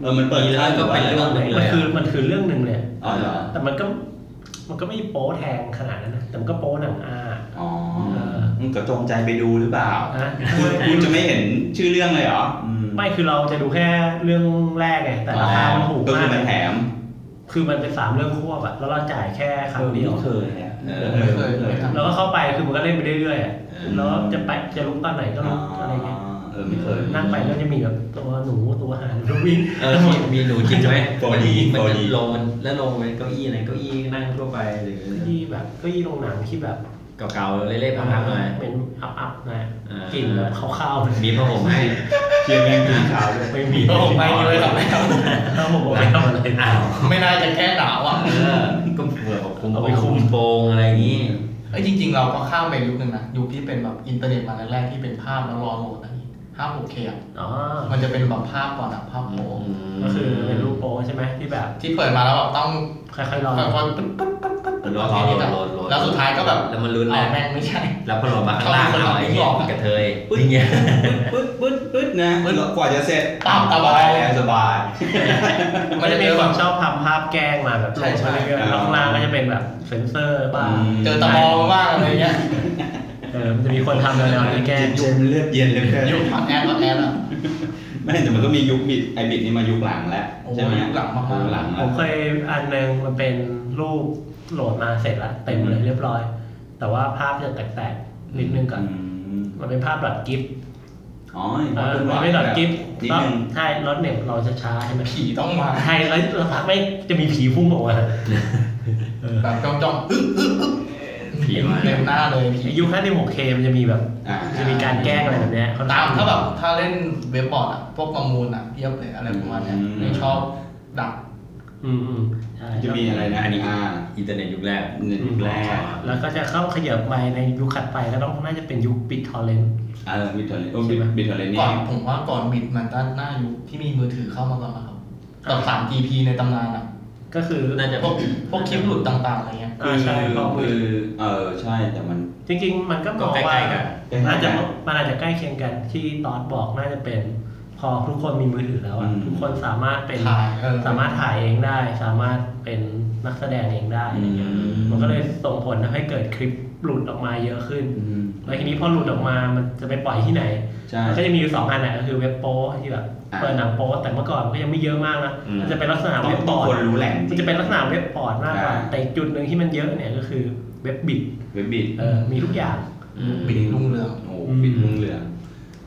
เออมันเปิดขั้น ก็เป็นเรื่องหนึ่งเล มัน ย คือมันคือเรื่องหนึ่งเลย อ๋อเหรอ แต่มันก็มันก็ไม่โป๊แทงขนาดนั้นนะแต่มันก็โป๊หนังอา อ๋อ เออ มึงก็จงใจไปดูหรือเปล่า นะ คุณคุณจะไม่เห็นชื่อเรื่องเลยเหรออื ไม่คือเราจะดูแค่เรื่องแรกไงแต่ราคามันถูก ก็ มา คื ก อมันแถม คือมันเป็นสามเรื่องควบอะแล้วเราจ่ายแค่ครั้งเดียว เคยเนี่ยเออ ไม่เคย เค ไม่ ย ทำ แล้วก็เข้าไปคือมันก็เล่นไปเรื่อยๆอะ เออ แล้วจะไปจะลุกตอนไหนก็ลุกอะไรเงี้ย เออไม่เคย นั่งไปก็จะมีแบบตัวหนูตัวหานตัววิ่ง เออมีมีหนูจริงไหม โฟดี มั โฟ น ดี จะลงมันแล้วลงเป็นเก้าอี้อะไรเก้าอี้นั่งทั่วไปหรือ ที่แบบเก็ยี่โรงหนังที่แบบ เก่าๆเล่ๆพังๆหน่อย เป็นอับๆหนะ เออ กลิ่นแบบคาวๆเลย มีผ้าห่มให้ เชียร์แมงกินขาวด้วย ไม่มี ก็ผมไปนี่เลยครับไม่เอา แล้วผมบอกไม่ทำอะไร อ้าว ไม่น่าจะแค่หนาวอ่ะ เออก็เผื่อแบบคุมโปงคุมโปงอะไรอย่างนี้ เอ้ยจริง ๆ เราก็ข้ามไปยุคนึงนะยุคที่เป็นแบบอินเทอร์เน็ตมาแรกๆที่เป็นภาพแล้วรอโหลดนะห้าหกเค อ๋อ มันจะเป็นแบบภาพก่อนอะภาพโป๊ ก็คือเป็นรูปโป้ใช่ไหมที่แบบ ที่เปิดมาแล้วแบบต้อง ค่อยๆลอง ค่อยๆปึ๊บปึ๊บปึ๊บปึ๊บ รอรอรอรอรอ แล้วสุดท้ายก็แบบ แล้วมันลุ้นแห เอา ละ แม่งไม่ใช่ แล้วพอหลงมาข้างล่างเอาไอ้เงี้ยกระเทยนี่เงี้ย ปึ๊ดปึ๊ดปึ๊ดนะแล้วกว่าจะเสร็จ ปั๊บสบาย แสบาย มันจะมีคนชอบทำภาพแกล้งมาแบบ ใช่ใช่ เรื่อยๆแล้วข้างล่างก็จะเป็นแบบเซ็นเซอร์บ้าง เจอตะมองบ้างอะไรเงี้ ย เออมันจะมีคนทำแนวๆนี้แกล้ง เจมส์เลือดเย็นเลยแค่ ยุคฮอตแอดฮอตแอดอะ ไม่แต่มันก็มียุคบิดไอบิดนี่มายุคหลังแล้ว โอ้ ใช่ไหม ยุคหลังมากๆ ยุคหลัง ผ แล้ว มเคยอันหนึ่งมันเป็นรูปโหลดมาเสร็จแล้วเต็มเลยเรียบร้อย แต่ว่าภาพจะแตกๆนิดนึงก่อน อืม มันเป็นภาพดอทกิฟต์ อ๋อ เออมันเป็นดอทกิฟต์ นิด ก็ นึง ใช่รถเนี่ยเราจะช้าใช่ไหม ผีต้องมา ใช่แล้วเราพักไม่จะมีผีพุ่งออกมา แบบจ้องจ้องๆอึ๊บอึ๊บอึ๊บ ผีมา เต็มหน้าเลยผี ไอ้ยุคห้าที่หกเคมันจะมีแบบ อ่า จะมีการแกล้งอะไรแบบเนี้ยค่อนข้ ตาม ง ถ้าแบบถ้าเล่นเว็บบอร์ดอ่ะ พวกประมูลอ่ะเพียบเลยอะไรประมาณเนี้ยไม่ชอบดัก อืมอืมใช่ จะมีอะไรนะอันนี้อ่า อินเทอร์เน็ตยุคแรก หนึ่งยุคแรก แล้วก็จะเข้าขยับไปในยุคถัดไปก็ต้องน่าจะเป็นยุคปิดทอร์เรนต์ เออบิดทอร์เรนต์โอ้บิดบิดทอร์เรนต์นี่ ก่อนผมว่าก่อนบิดมันด้านหน้ายุคที่มีมือถือเข้ามาก่อนนะครับกับสาม GP ในตำนานอ่ะ ก็คือ น่าจะ พวกพวกคลิปหลุดต่างๆอะไรเงี้ย อ่าใช่ข้อมื คือ อเออใช่แต่มัน จริงๆ มันก็ม ก็ อง ใก ว่า ล้ๆกัน มันอาจจะมันอาจจะใกล้เคียงกันที่ตอนบอกน่าจะเป็น พอทุกคนมีมือถือแล้วอะ อืม ทุกคนสามารถเป็น ถ่ายเออ สามารถถ่ายเองได้ สามารถเป็นนักแสดงเองได้อะไรเงี้ย อืม มันก็เลยส่งผลทำให้เกิดคลิปหลุดออกมาเยอะขึ้น อืม แล้วทีนี้พอหลุดออกมามันจะไปปล่อยที่ไหน ใช่ มันก็จะมีอยู่สองอันแหละก็คือเว็บโป้ที่แบบ อ่า เปิดหนังโป้แต่เมื่อก่อนมันก็ยังไม่เยอะมากนะ อืม มันจะเป็นลักษณะ ต้อง เว็บป ต้อง อ ค ร์ น ด รู้แหล่ง มันจะเป็นลักษณะเว็บปอร์ดมากกว่าแต่อีกจุดหนึ่งที่มันเยอะเนี่ยก็คือเว็บบิด เว็บบิด เออมีทุกอย่าง อืม บิดรุ่งเรือง โอ้โหบิดรุ่งเรือง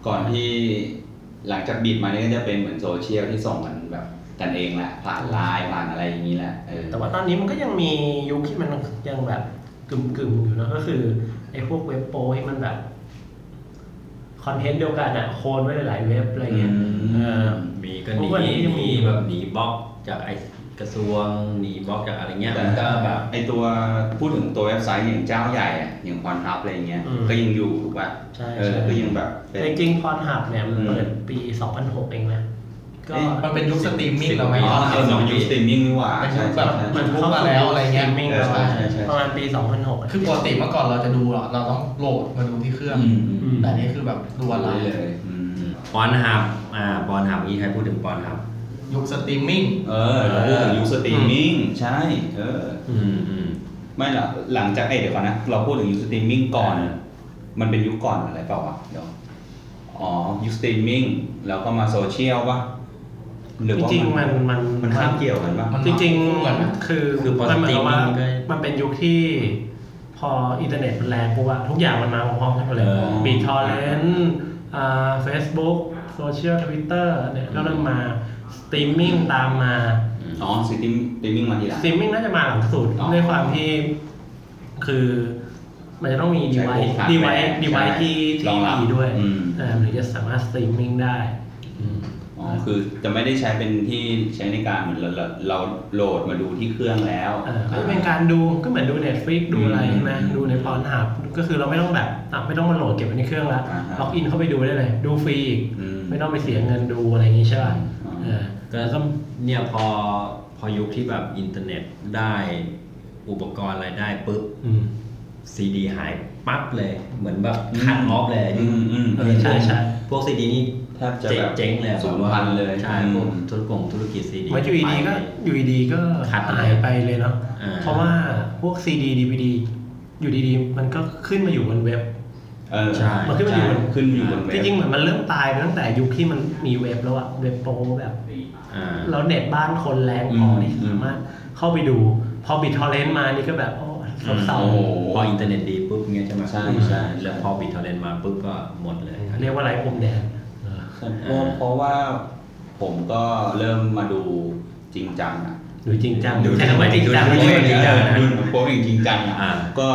ก่อนที่หลังจากบิดมานี่ก็จะเป็นเหมือนโซเชียลที่ส่งกันแบบกันเองแหละผ่านไลน์ผ่านอะไรอย่างนี้แหละเออ แต่ว่าตอนนี้มันก็ยังมียุคที่มันยังแบบกึ่มๆอยู่นะก็คือไอ้พวกเว็บโปที่มันแบบคอนเทนต์เดียวกันอะโคลนไว้หลายๆเว็บอะไรเงี้ย เออ มีก็ ทุกวัน ห นี้ นี ยัง ห มี นีแบบหนีบล็อกจากไอ้กระทรวงหนีบล็อกจากอะไรเงี้ย แต่ มันก็แบบ ไอตัวพูดถึงตัวเว็บไซต์อย่างเจ้าใหญ่อะอย่างพรทับอะไรเงี้ย อืม ก็ยังอยู่ถูกป่ะ ใช่ เออ ใช่ ก็ยังแบบเป็น แต่จริงๆพรหับเนี่ยมันเปิดปี 2006 เองนะ ก็ เอ๊ะ มันเป็นยุคสตรีมมิ่งเราไหม อ๋อ อ่ะ เออน้องยุคสตรีมมิ่งนี่หว่า เป็นยุ ใช่ คแบ ใช่ บ ใช่ มันเข้า มาแล้วอะไรเงี้ย มิ่งแล้ว ใช่ใช่ใช่ ประมาณปี 2006อะ คือปกติเมื่อก่อนเราจะดูหรอเราต้องโหลดมาดูที่เครื่อง อืม อืม แต่อันนี้คือแบบดูออนไลน์ เลยอืม ปอนหับอ่าปอนหับนี่ใครพูดถึงปอนหับ ยุคสตรีมมิ่ง เออเราพูดถึงยุคสตรีมมิ่งใช่เออ อืมอืม ไม่หรอกหลังจากเอ้ยเดี๋ยวก่อนนะ เราพูดถึงยูสตรีมมิ่งก่อน อ่า มันเป็นยุคก่อนอะไรเปล่าวะเดี๋ยวอ๋อยูสตรีมมิ่งแล้วก็มาโซเชียลปะหรือ จ ว่า ริงๆมันมัน มันข้ามเกี่ยวกันปะ มัน จริง คู่กันนะ ๆ คือ คือพอ มันเหมือนกับว่า streaming ก็ มันเป็นยุคที่ พออินเทอร์เน็ตมันแรงปุ๊บอะทุกอย่างมันมาพร้อมๆกันหมดเลย เออ บีทอร์เรนต์เฟซบุ๊ก โซเชียลทวิตเตอร์เนี่ยก็เริ่มมาสตรีมมิ่งตามมา อ๋อสตรีมสตรีมมิ่งมาทีหลัง สตรีมมิ่งน่าจะมาหลังสุด อ๋อ ด้วยความที่คือ มันจะต้องมีดี ใช้ ไว พวก ซ์ ขาด ดีไว แม่ ซ์ดีไวซ์ ใช่ ที่ รอง ที่ รับ ดีด้วย อืม เออมันถึงจะสามารถสตรีมมิ่งได้ อ๋อคือจะไม่ได้ใช้เป็นที่ใช้ในการเหมือนเราเราเราโหลดมาดูที่เครื่องแล้ว เออก็เป็นการดูก็เหมือนดู Netflix ดูอะไร อืม ใช่ไหมดูในพรหับก็คือเราไม่ต้องแบบอ่ะไม่ต้องมาโหลดเก็บไว้ในเครื่องละ อ่าฮะ ล็อกอินเข้าไปดูได้เลย ดูฟรีอีก อืม ไม่ต้องไปเสียเงินดูอะไรอย่างงี้ใช่ป่ะ อ๋อ เออ ก็ต้องเนี่ยพอพอยุคที่แบบอินเทอร์เน็ตได้อุปกรณ์อะไรได้ปุ๊บ อืม ซีดีหายปั๊บเลย เหมือนแบบคัดออฟเลย อืมอืม เออใช่ใช่ พวกซีดีนี่ แทบจะแบบ เจ๊งเลยอะ สูญพันธุ์เลย ใช่ อืม พวกธุรกงธุรกิจซีดี เหมือนอยู่ดีๆก็อยู่ดีๆก็ ขาดไป หายไปเลยเนาะ อ่า เพราะว่าพวกซีดีดีวีดีอยู่ดีๆ มันก็ขึ้นมาอยู่บนเว็บ เออ ใช่ มันขึ้นมาอยู่บน ขึ้นอยู่บนเว็ จ บ ริงๆเหมือนมันเริ่มตายไปตั้งแต่ยุคที่มันมีเว็บแล้วอะเว็บโปรแบบ อ่า แล้วเน็ตบ้านคนแรงพอที่ อืม สามารถเข้าไปดู พอบิดทอร์เรนต์มานี่ก็แบบโอ้เศร้า โอ้โห พออินเทอร์เน็ตดีปุ๊บเงี้ยใช่ไหม ใช่ใช่ แล้วพอบิตเทอร์เรนต์มาปุ๊บก็หมดเลย ๆเรียกว่าไรพรมแดงเออ เพราะเพราะว่าผมก็เริ่มมาดูจริงจังอะ ดูจริงจัง ดู ใช่ไหมจริงจัง ดู ด้วจย ริงจังดูโป๊จริงจังอ่ะก็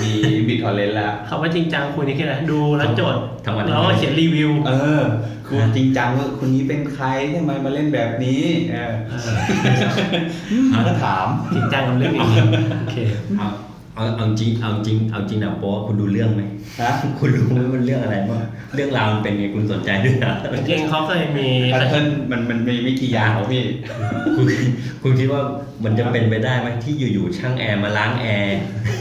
มีบิตคอยเลนแล้ว คำว่าจริงจังคุณนี่แค่ไหนดูแล้วจด ทั้งวัน แล้วก็เขียนรีวิว เออคือจริงจังว่าคนนี้เป็นใครทำไมมาเล่นแบบนี้เออ เออ ก็ถาม จริงจังกับเรื่องนี้โอเค เอาเอาเอาจริงเอาจริงเอาจริงนะโป๊ะคุณดูเรื่องไหม ฮะ คุณรู้ไหมมันเรื่องอะไรบ้างเรื่องราวมันเป็นไงคุณสนใจด้วยนะ จริงๆเขาเคยมี แพทเทิร์นมันมันมีไม่กี่อย่างหรอกพี่ คุณคุณคิดว่ามันจะเป็นไปได้ไหมที่อยู่ๆช่างแอร์มาล้างแอร์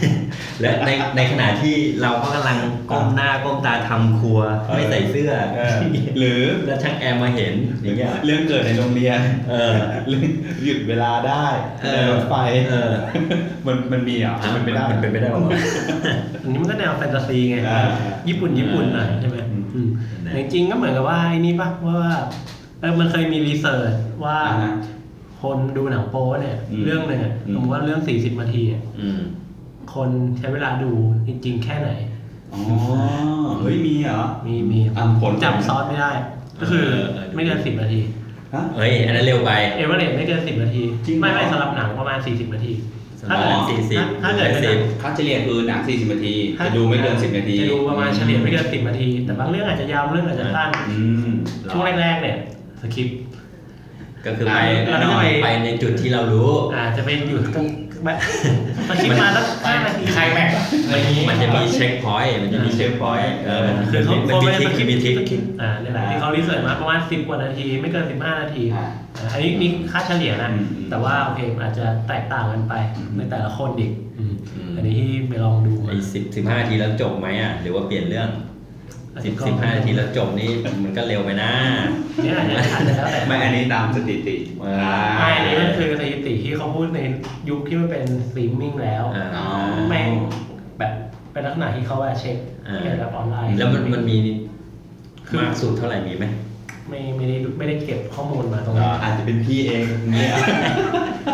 และในในขณะที่เราก็กำลังก้มหน้าก้มตาทำครัวไม่ใส่เสื้อ เออหรือ แล้วช่างแอร์มาเห็นอย่างเงี้ย เรื่องเกิดในโรงเรียน เออ เรื่องหยุดเวลาได้ เออ ในรถไฟ เออ มันมันมีเหรอ่ะมันเป็นไปได้ มันเป็นไปได้หรอ อันนี้มันก็แนวแฟนตาซีไง อ่า ญี่ปุ่นญี่ปุ่นหน่อยใช่ไหม อืม อืมแต่จริงๆก็เหมือนกับว่าไอ้นี่ปะว่าเออมันเคยมีรีเสิร์ชว่า อ่าฮะ คนดูหนังโป๊เนี่ย อืม เรื่องหนึ่งอะ อืม สมมติว่าเรื่อง 40นาทีอะ อืม คนใช้เวลาดูจริง ๆ แค่ไหน อ๋อเฮ้ยมีเหรอ มีมี อ่ะผล จำซอสไม่ได้ ก็คือ เออเออดู ไม่เกิน10นาที ฮะ เฮ้ยอันนั้นเร็วไป เอเวอเรสไม่เกิน10นาที จริงเหรอ ไม่ไม่สำหรับหนังประมาณ 40นาที สำหรับหนัง ถ้าเกิดถ้า40เกิดเป็นหนัง ค่าเฉลี่ยคือหนัง40นาที จะดูไม่เกิน 10 นาที จะดูประมาณเฉลี่ยไม่เกินสิบนาที แต่บางเรื่องอาจจะยาวบางเรื่องอาจจะสั้น อืม ช่วงแรกๆเนี่ยสคริปต์ ก็คือไป แล้วก็ไป ไปในจุดที่เรารู้ อาจจะเป็นอยู่ตรงแบบสคริปต์มาสักห้านาที ใครแม็กอะไรอย่างงี้ มันจะมีเช็คพอยต์มันจะมี อ่า เช็คพอยต์เออมัน คือเขา มัน เขา มี ไม่ได้ ทิ ส ก คริปต์ มีทิก สคริปต์อ่าเนี่ยแหละที่เขารีเสิร์ชมาประมาณสิบกว่านาทีไม่เกินสิบห้านาที อ่า อ่าอันนี้นี่ค่าเฉลี่ยนะ อืมอืม แต่ว่าโอเคมันอาจจะแตกต่างกันไป อืม ในแต่ละคนอีกอืมอันนี้ที่ไปลองดู ไอ้สิบสิบห้านาทีแล้วจบไหมอ่ะ หรือว่าเปลี่ยนเรื่องสิบสิบห้านาทีแล้วจบนี่มันก็เร็วไปนะ เนี่ยอาจจะอาจจะแล้วแต่ ไม่อันนี้ตามสถิติ อ่า ไม่อันนี้มันคือสถิติที่เขาพูดในยุคที่มันเป็นสตรีมมิ่งแล้ว อ่า อ๋อ แม่ง แบบเป็นลักษณะที่เขาอะเช็ค อ่า เกี่ยวกับออนไลน์ แล้วมันมันมี คือ มากสุดเท่าไหร่มีไหม ไม่ไม่ได้ไม่ได้เก็บข้อมูลมาตรงนี้ อ่า อาจจะเป็นพี่เองเนี่ย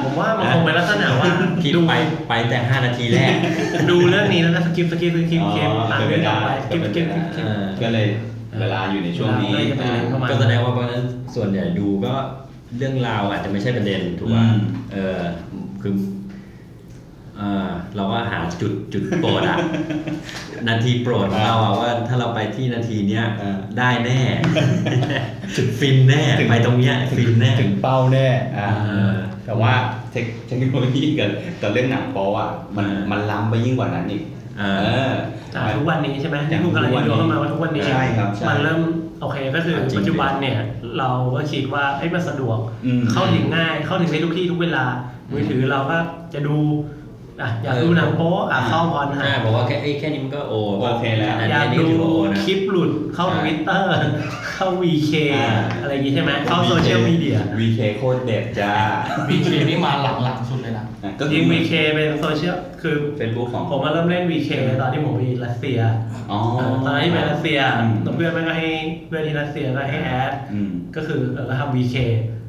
ผมว่ามันคงเป็นลักษณะว่า พี่ ดู ไปไปแต่ห้านาทีแรก ดูเรื่องนี้แล้วนะสกิปสกิปสกิปสกิปตาม เป็น เรื่องไปต่อได้ไปสกิปสกิปสกิป เออ ก็เลยเวลาอยู่ในช่วงนี้ เวลาก็จะเป็นเรื่องประมาณ ก็แสดงว่าเพราะฉะนั้นส่วนใหญ่ดูก็เรื่องราวอาจจะไม่ใช่ประเด็นถูกป่ะเออคือเออเราก็หาจุดจุดโปรดอะนาทีโปรดของเราอะว่าถ้าเราไปที่นาทีเนี้ยได้แน่ จุดฟินแน่ไปตรงเนี้ยฟินแน่ ถึงเป้าแน่อ่า เออ แต่ว่าเทคเทคโนโลยีกับกับเรื่องหนังโป๊อ่ะมันมันล้ำไปยิ่งกว่านั้นอีก เอ เอ อ อ อ่าทุกวันนี้ใช่ไหม อย่า ที่ ง คุณกำลังจะโยนเข้ามาว่าทุกวันนี้ ใช่ครับใช่ มันเริ่มโอเคก็คือ จริง ปัจจุบันเนี่ย เราก็คิดว่าเอ้ยมันสะดวก อืม เข้าถึงง่ายเข้าถึงได้ทุกที่ทุกเวลามือถือเราก็จะดูอ่ะอยากดูหนังโป๊ะอ่ะเข้าพรหา ใช่บอกว่าแค่เอ้ยแค่นี้มันก็โอ โอเคแล้ว อัน อยาก นี้ ดู ถือว่าโอนะ คลิปหลุดเข้าทวิตเตอร์ เข้า VK อ่า อะไรอย่างงี้ใช่ไหมเข้าโซเชียลมีเดีย VK โคตรเด็ดจ้า BK นี่มาหลังๆสุดเลยนะ ก็ จ คื ริ อง VK เป็นโซเชียล คือ เฟซบุ๊กของ ผมมาเริ่มเล่น VK ตอนที่ผมไปรัสเซีย อ๋อ ตอนที่ไปรัสเซีย อืม เพื่อนแม่งก็ให้เพื่อนที่รัสเซียก็ให้แอด อืม ก็คือเราทำ VK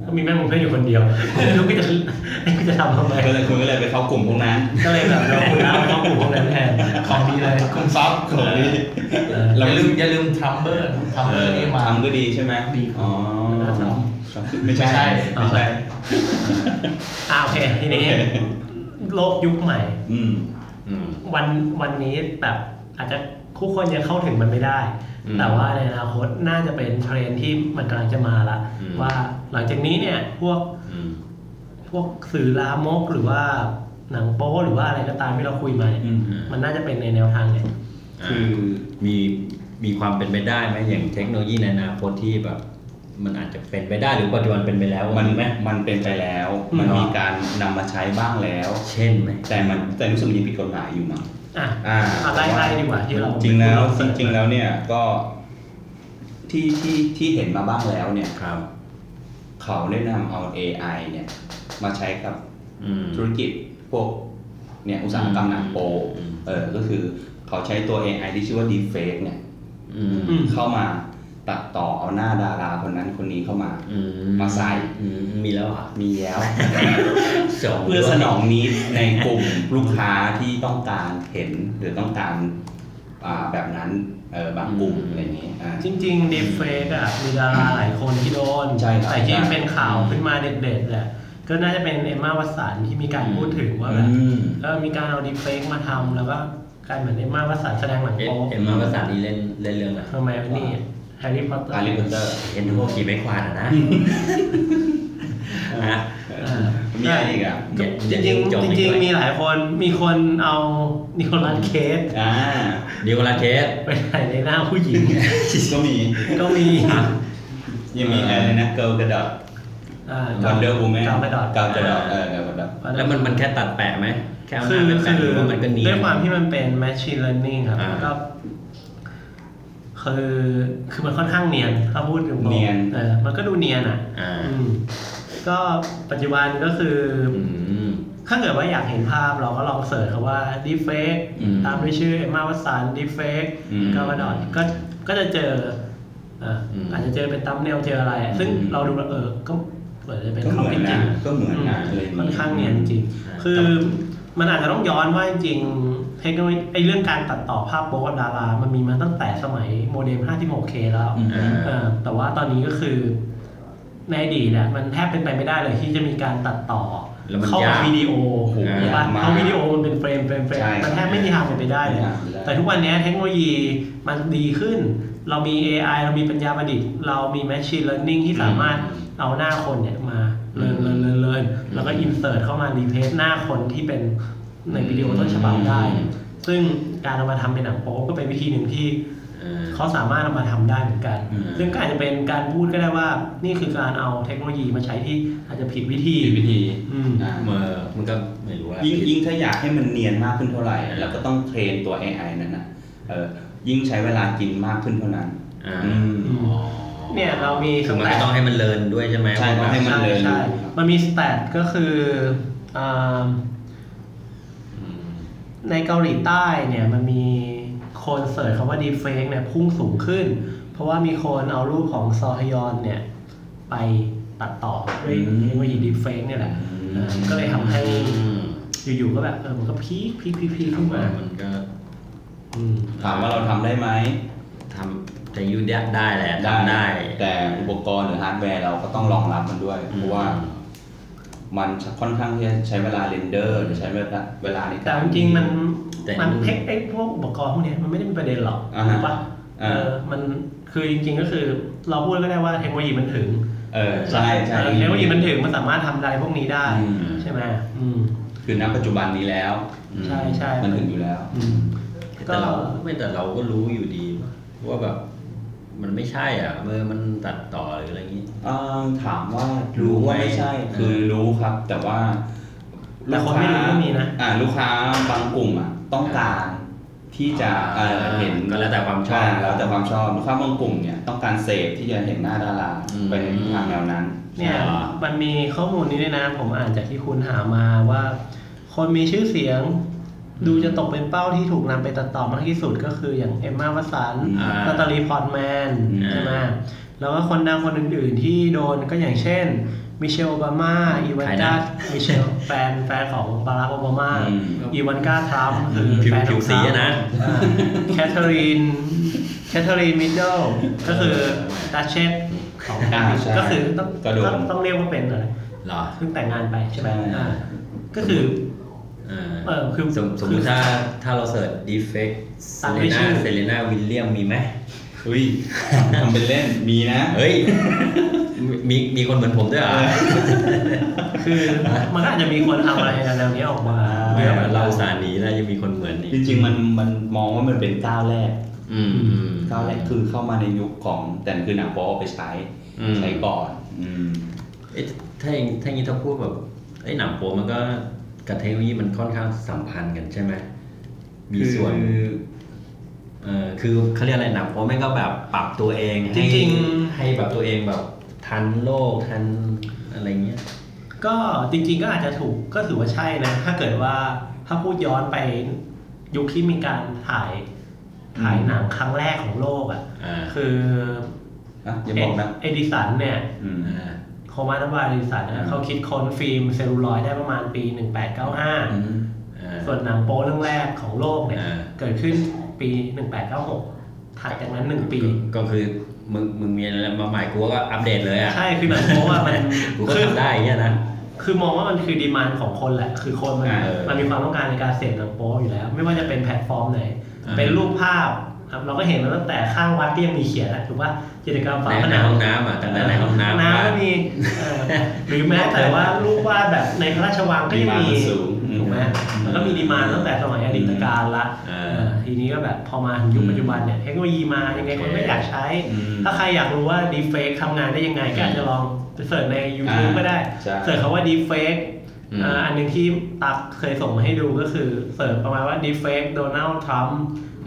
ก็มีแม่งผมเพื่อนอยู่คนเดียวไม่รู้ก็จะ ไม่รู้จะทำทำไม ก็เลยคุณก็เลยไปเข้ากลุ่มพวกนั้น ก็เลยแบบเราคุยแล้วเขาปลูกพวกนั้นแทน ของดีเลยคุณซับ กลุ่มนี้ เออ อย่าลืมอย่าลืมทรัมเบอร์ทรัมเบ เอ อร์ อ นี่มา ทำก็ดีใช่ไหม ดีครับ อ๋อ ครับ ไม่ใช่ ไม่ใช่ ไม่ใช่ อ่าโอเคทีนี้ โอเค โลกยุคใหม่ อืม อืม วันวันนี้แบบอาจจะคู่คนยังเข้าถึงมันไม่ได้ อืม แต่ว่าในอนาคตน่าจะเป็นเทรนด์ที่มันกำลังจะมาละ อืม ว่าหลังจากนี้เนี่ยพวก อืม พวกสื่อลามกหรือว่าหนังโป๊หรือว่าอะไรก็ตามที่เราคุยมาเนี่ย อืม มันน่าจะเป็นในแนวทางเนี่ย คื คือ อมีมีความเป็นไปได้ไหมอย่างเทคโนโลยีในอนาคตที่แบบ มันอาจจะเป็นไปได้หรือปัจจุบันเป็นไปแล้ว มัน ไหม มันเป็นไปแล้ว มันมีการนำมาใช้บ้างแล้ว เช่นไหม แต่มันแต่รู้สึกมันยังผิดกฎหมายอยู่มั้ง อ่ะ อ่า อ่ะไล่ไล่ดีกว่าที่เรา จริงแล้ว พู จ ด ริงๆแล้วเนี่ยก็ที่ที่ที่เห็นมาบ้างแล้วเนี่ย ครับ เขาได้นำเอา AI เนี่ยมาใช้กับ อืม ธุรกิจพวกเนี่ยอุตสาหกรรมหนังโป อืม เออก็คือเขาใช้ตัว AI ที่ชื่อว่า Deepfake เนี่ย อืม อืม เข้ามาตัดต่อเอาหน้าดาราคนนั้นคนนี้เข้ามา อื มาใส่ อืมมีแล้วเหรอ่ะ มีแล้ว สอง เพื่อสนองนี้ในกลุ่มลูกค้าที่ต้องการเห็นหรือต้องการอ่าแบบนั้นเออบางกลุ่มอะไรอย่างนี้อ่า จริงๆดีเฟกอะมีดาราหลายคนที่โดน ใช่ครับ แต่ที่เป็นข่าวขึ้นมาเด็ดๆแหละก็น่าจะเป็นเอมมาวัตสันที่มีการพูดถึงว่าแบบ อืม เออมีการเอาดีเฟกมาทำแล้วก็กลายเหมือนเอมมาวัตสันแสดงหนัง เอ็ม โป๊ เอ็มมาภาษานี้เล่นเล่นเรื่องอะไร เฮอร์ไมโอนี่แฮร์รี่พอตเตอร์ อาริบันเตอร์ เห็นพวกขี่ไม้ควานอะนะนะ มีอะไรอีกอ่ะ เดี๋ยว จ เดี๋ยว ริง จบ ๆจริง อีกหๆมีหน่อยลายคนมีคนเอานิโคลัสเคส อ่า นิโคลาเคส ไปถ่ายในหน้าผู้หญิง ก็มี ก็มี ยังมีอะไรนะเกิร์ลกระดอก อ่า วันเดอร์บูแมน กาวไปดอด เกิร์ลกระดอกเออเกิร์ลกระดอก แล้วมันมันแค่ตัดแปะไหมแค่เอาห คื น้า อ ไปแปะห คื รือ อว่ามันก็เนียน ด้วยความที่มันเป็น machine learning ครับ อ่า ก็คือคือมันค่อนข้างเนียนถ้าพูดตรงๆ เนียน เออมันก็ดูเนียนอ่ะ อ่า อืมก็ปัจจุบันก็คืออ อืม ถ้าเกิดว่าอยากเห็นภาพเราก็ลองเสิร์ชคำว่า deepfake อืม ตามด้วยชื่อ Emma Watson deepfake อืม ก็มาดอดก็ก็จะเจออ่า อืม อาจจะเจอเป็นตัมเนลเจออะไร ซึ่ง อืม เราดูแล้วเออก็เหมือนจะเป็น ก็ ข้อ เหมือ เป็น นจริ นะ ง ก็เหมือนนะอะไร ค่อนข้างเนียนจริง ใช่ คือมันอาจจะต้องย้อนว่าจริงๆเทคโนโลยีไอ้เรื่องการตัดต่อภาพโป๊กับดารา มันมีมาตั้งแต่สมัยโมเด็ม 56K แล้ว อืม อ่า เออแต่ว่าตอนนี้ก็คือในอดีตเนี่ยมันแทบเป็นไปไม่ได้เลยที่จะมีการตัดต่อ แล้วมัน เข้ากับ ยาก วิดีโอ โอ้โห ใช่ปะ ยากมาก เพราะวิดีโอมันเป็นเฟรมเฟรมเฟรม ใช่ มันแทบไม่มีทางเป็นไปได้เลย ไม่มีทางเป็นไปได้ แต่ทุกวันนี้เทคโนโลยีมันดีขึ้น เรามี AI เรามีปัญญาประดิษฐ์ เรามี Machine Learning ที่สามารถ อืม เอาหน้าคนเนี่ยมาเลินเลินเลินเลินแล้วก็อินเสิร์ตเข้ามารีเพลซหน้าคนที่เป็นในวิดีโอต้นฉบับได้ ซึ่งการเอามาทำเป็นหนังโป๊ก็เป็นวิธีหนึ่งที่ อ่า เขาสามารถเอามาทำได้เหมือนกัน อืม ซึ่งก็อาจจะเป็นการพูดก็ได้ว่า นี่คือการเอาเทคโนโลยีมาใช้ที่อาจจะผิดวิธี วิธี อืม อ่า เมื่อมันก็ไม่รู้ว่า ยิ่ง ผิด ยิ่งถ้าอยากให้มันเนียนมากขึ้นเท่าไหร่ อ่า แล้วก็ต้องเทรนตัว AI นั้นนะเออยิ่งใช้เวลากินมากขึ้นเท่านั้น อ่า อืม อ๋อ เนี่ยเรามีส คือมัน แต ก็ ท ต้องให้มันเลินด้วยใช่ไหม ใช่ต้องให้ ใช่ มันเรียนรู้ ใช่มันมีสแตทก็คืออ่า อืม ในเกาหลีใต้เนี่ยมันมีคนเสิร์ชคำว่า deepfake เนี่ยพุ่งสูงขึ้น เพราะว่ามีคนเอารูปของซอฮยอนเนี่ย ไปตัดต่อด้วย อืม เทคโนโลยี deepfake เนี่ยแหละเออก็เลยทำให้อยู่ๆก็แบบเออมันก็พีคพีคพีคพีค ทำ ขึ้น ว่า มา มันก็ อืม ถามว่าเราทำได้ไหม ทำจะยุ่ยากได้แหละทำได้ แต่อุปกรณ์หรือฮาร์ดแวร์เราก็ต้องรองรับมันด้วย เพราะว่ามันค่อนข้างที่จะใช้เวลาเรนเดอร์หรือใช้เวลาเวลาใน แต่ การ จริงๆมัน แต่ มันเทคไอ้พวกอุปกรณ์พวกเนี้ยมันไม่ได้มีประเด็นหรอก อ่าฮะ ถูกปะ อ่า เออมันคือจริงๆก็คือเราพูดก็ได้ว่าเทคโนโลยีมันถึง เออใช่ใช่ เออเทคโนโลยีมันถึงมันสามารถทำอะไรพวกนี้ได้ อืม ใช่ไหมอืม คือณปัจจุบันนี้แล้วอืม ใช่ใช่ มันถึงอยู่แล้ว อืม แต่เราไม่แต่เราก็รู้อยู่ดี ว่าแบบ มันไม่ใช่อ่ะเมื่อมันตัดต่อหรืออะไรอย่างนี้ เอ่อถามว่ารู้ว่าไม่ใช่ รู้ไหม คือรู้ครับ แต่ว่า แต่คนไม่รู้ก็มีนะ อ่าลูกค้าบางกลุ่มอ่ะต้องการที่จะเอ่อเห็น ก็แล้วแต่ความชอบ ใช่แล้วแต่ความชอบลูกค้าบางกลุ่มเนี่ยต้องการเสพที่จะเห็นหน้าดารา อืม ไปในทางแนวนั้น เนี่ย ใช่เหรอ มันมีข้อมูลนี้ด้วยนะ ผมอ่านจากที่คุณหามาว่า คนมีชื่อเสียง ดูจะตกเป็นเป้าที่ถูกนำไปตัดต่อมากที่สุดก็คืออย่างเอมมาวัสัน อ่า นาตาลีพอร์ตแมน อ่า ใช่ไหมแล้วก็คนดังคนอื่นๆที่โดนก็อย่างเช่น มิเชลโอบามา อีวานกามิเชล แฟนแฟนของบารักโอบามา อืม อีวานกาทรัมป์คือ ผิว แฟนข ผิ อ ว งท สี รัม อะ ป์ นะ อ่าแคทเธอรีนแคทเธอรีนมิดเดิลก็คือดัชเชสของ อ่าใช่ ก็คือต้อง ก็โดน ต้องต้องเรียกว่าเป็นอะไร เหรอ เพิ่งแต่งงานไปใช่ไหม ใช่ อ่าก็คือ เอ เออ อ คือ สมสมมติถ้าถ้าเราเสิร์ชดีเฟกเซ ตาม เล ด้วยชื่ น่า อ เซเลน่าวิลเลียมมีไหม อุ้ยทำเป็นเล่นมีนะ เฮ้ย มีมีคนเหมือนผมด้วยเหรอ คือมันก็อาจจะมีคนทำอะไรแนวๆนี้ออกมา เมื่ เย อ อะเหมือน เรา เรา สารนี้แล้วยังมีคนเหมือนอีก จริงๆมันมันมองว่ามันเป็นก้าวแรก อืมอืม ก้าวแรกคือเข้ามาในยุคของแต่คือหนังโป๊เอาไปใช้ อืม ใช้ก่อนอืม เอ๊ะถ้าอย่างถ้าอย่างนี้ถ้าพูดแบบไอ้ยหนังโป๊มันก็กับเทคโนโลยีมันค่อนข้างสัมพันธ์กันใช่ไหมมี คือ ส่วนเออคือเขาเรียกอะไรหนังโป๊มันก็แบบปรับตัวเอง จ ให้ ริง ให้แบบตัวเองแบบทันโลกทันอะไรเงี้ย ๆ ก็จริง ๆ ก็อาจจะถูกก็ถือว่าใช่นะ ถ้าเกิดว่าถ้าพูดย้อนไปยุคที่มีการถ่ายถ่ายหนังครั้งแรกของโลกอ่ะ อ่า คือ นะอย่อาบอกนะ เอดิสันเนี่ย อืม อ่า โคมาทับาเอดิสัน อืม นะเขาคิดค้นฟิล์มเซลลูลอยด์ได้ประมาณปี อื 1895 ม อ่า ส่วนหนังโป๊เรื่องแรกของโลกเนี่ย อ่า เกิดขึ้นปี 1896ถัดจากนั้น 1 ปี ก็ก็คือมึงมึงมีอะไรมาใหม่กูก็อัปเดตเลยอ่ะ ใช่คือหนังโป๊อ่ะมัน กูก็ทำได้อย่างเงี้ยนะ คือมองว่ามันคือดีมานของคนแหละ คือคนมัน อ่าเออ มันมีความต้องการในการเสพหนังโป๊อยู่แล้ว ไม่ว่าจะเป็นแพลตฟอร์มไหน อ่า เป็นรูปภาพครับเราก็เห็นมาตั้งแต่ข้างวัดก็ยังมีเขียนแหละถูกว่ากิจกรรมฝา ใน ผ ใน นัง ห้องน้ำอ่ะตั้งแต่ในห้องน้ำ น้ำ ว่า ก็มีเออหรือแม้แต่ว่ารูปวาดแบบในพระราชวังก็ยังมี ดีมานมันสูง ถูกไหมมันก็มีดีมานตั้งแต่สมัยอดีตการละ อ่า เออทีนี้ก็แบบพอมาถึงยุคปัจจุบันเนี่ยเทคโนโลยีมายังไงคนก็อยากใช้ อืม ถ้าใครอยากรู้ว่าดีเฟกทำงานได้ยังไงก็อาจจะลองไปเสิร์ชใน YouTube อ่า ก็ได้ ใช่ เสิร์ชคำว่าดีเฟก อืม อันหนึ่งที่ตักเคยส่งมาให้ดูก็คือเสิร์ชประมาณว่าดีเฟกโดนัลด์ทรัมป์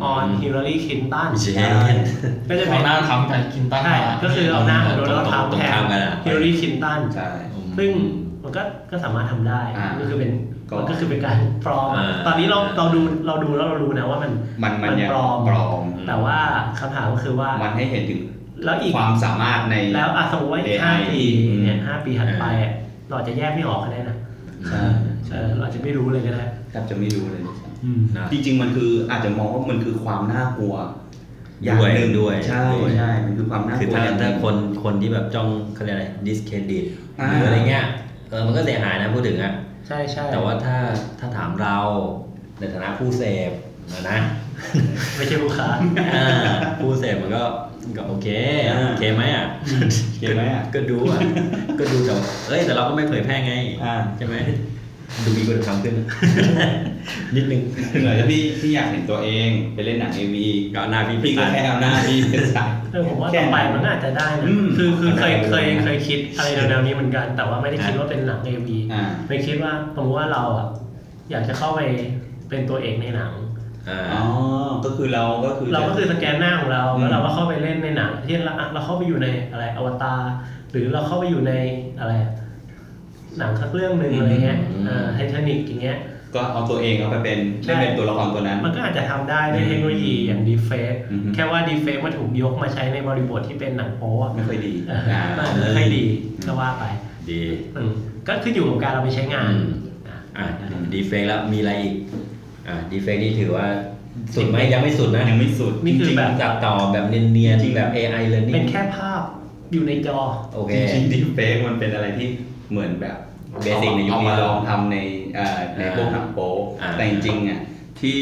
ออนฮิลลารีคลินตัน เช ใช่ น ก็จะเป็ เอา น หน้าทำกับกินตั้ง ใช่ มา ก็คือเอาหน้าของโดนัลด์ทรัมป์ ตรง แท ข้าม น กันอะ ฮิลลารีคลินตัน ใช่ ซึ่งมันก็ก็สามารถทำได้ อ่า ก็คือเป็น ก็ มันก็คือเป็นการปลอม อ่า ตอนนี้เราเราดูเราดูแล้วเรารู้นะว่ามัน มันมันยัง ปลอม ปลอม แต่ว่าคำถามก็คือว่า มันให้เห็นถึง แล้วอีก ความสามารถใน แล้วอ่ะสมมติว่าอีก AI ห้าปีเนี่ย อืม ห้าปีถัดไปอ่ะเราอาจจะแยกไม่ออกก็ได้นะ ใช่ เออเราอาจจะไม่รู้เลยก็ได้ แทบจะไม่รู้เลย นะ จริงๆ มันคืออาจจะมองว่ามันคือความน่ากลัว อย่างหนึ่ง ด้วย ใช่ ด้วย ใช่มันคือความน่า คือก ลัว ถ้า ย่งห ถ้า นึ่ง คนคนที่แบบจ้องเขาเรียกอะไร discredit อ่า หรืออะไรเงี้ยเออมันก็เสียหายนะพูดถึงอะ ใช่ใช่ แต่ว่าถ้าถ้าถามเราในฐานะผู้เสพนะ นะ ไม่ใช่ลูกค้า อ่าผู้เสพมันก็ก็โอเค อ่า โอเคไหมอ่ะ โอเคไหมอะ ก็ดูอ่ะก็ดูแต่ว่าเอ้ยแต่เราก็ไม่เผยแพร่ไง อ่า ใช่ไหมดูมีคุณธรรมขึ้น นิดนึง เหนือจากที่ที่อยากเห็นตัวเองไปเล่นหนังเอวี ก็เอาหน้าพี่ พี่ก็ ตัด แค่เอาหน้าพี่เป็นสาย เออผมว่าต่อไปมันก็อาจจะได้นะ อืม คือคือเคย มัน เค ได้ ย เลยนะ เคยคิดอะไรแนวๆนี้เหมือนกัน แต่ว่าไม่ได้คิดว่าเป็นหนังเอวี อ่า ไม่คิดว่าสมมติว่าเราอ่ะอยากจะเข้าไปเป็นตัวเอกในหนัง อ่า อ๋อ ก็คือเราก็คือ เราก็คือสแกนหน้าของเรา อืม แล้วเราก็เข้าไปเล่นในหนังเช่นเราอ่ะเราเข้าไปอยู่ในอะไรอวตารหรือเราเข้าไปอยู่ในอะไรอ่ะหนังสักเรื่องหนึ่งอะไรเงี้ย อืม ไททานิกอย่างเงี้ย ก็เอาตัวเองเอาไปเป็นได้เป็นตัวละครตัวนั้น มันก็อาจจะทำได้ด้วยเทคโนโลยีอย่างดีเฟก อือฮึ แค่ว่าดีเฟกมันถูกยกมาใช้ในบริบทที่เป็นหนังโป๊อะ ไม่ค่อยดี เออ อ่า มันไม่ค่อยดีก็ว่าไป ดี อืมก็ขึ้นอยู่กับการเราไปใช้งาน อืม อ่ะ อ่ะดีเฟกแล้วมีอะไรอีก อ่ะดีเฟกนี่ถือว่าสุดไหมยังไม่สุดนะ ยังไม่สุด นี่คือแบบ ตัดต่อแบบเนียน จริง ๆแบบ AI learning เป็นแค่ภาพอยู่ในจอ โอเค จริงๆดิฟเฟกมันเป็นอะไรที่เหมือนแบบ Basic ในยุคเอานี้มาลองทำในเอ่อในพวกหนังโป๊ อ่า แต่จริงๆอ่ะที่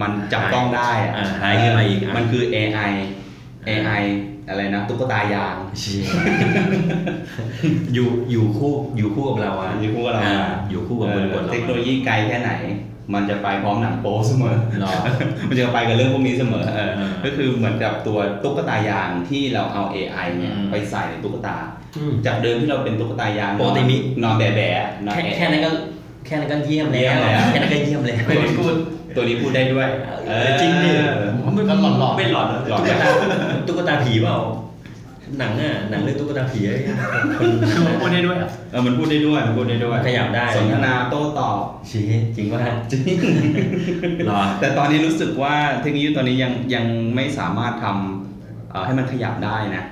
มันจับต้องได้ อ่าหายขึ้นมาอีกอ่ะ มันคือ AI AI อะไรนะตุ๊กตายาง เชี่ยอยู่อยู่คู่อยู่คู่กับเราอ่ะ อยู่คู่กับเรา ะอยู่คู่กับบริบทเรา เทคโนโล อะ ยีไกลแค่ไหน มันจะไปพร้อมหนังโป๊เสมอ หรอ มันจะไปกับเรื่องพวกนี้เสมอเออ เออ ก็คือเหมือนกับตัวตุ๊กตายางที่เราเอา AI เนี่ย อืม ไปใส่ในตุ๊กตา อืม จากเดิมที่เราเป็นตุ๊กตายาง ปกติมี นอนแบะแบะนอน แค่ แอะ แค่นั้นก็แค่นั้นก็เยี่ยมแล้ เยี่ยวมแล้ว แค่นั้นก็เยี่ยมแล้ว ตัวนี้พูดตัวนี้พูดได้ด้วย เออจริงดิ เออ มันก็หลอนๆ ไม่หลอน หลอก ตุ๊ก นะ ตาตุ๊กตาผีเปล่า หนังอ่ะหนังเรื่องตุ๊กตาผีอะไรเงี้ยคนดู คือมันพูดได้ด้วยเหรอ เออมันพูดได้ด้วยมันพูดได้ด้วย ขยับได้ สนทนาโต้ตอบ ชี้จริงป่ะฮะ จริง หรอ แต่ตอนนี้รู้สึกว่าเทคโนโลยีตอนนี้ยังยังไม่สามารถทำเอ่อให้มันขยับได้นะ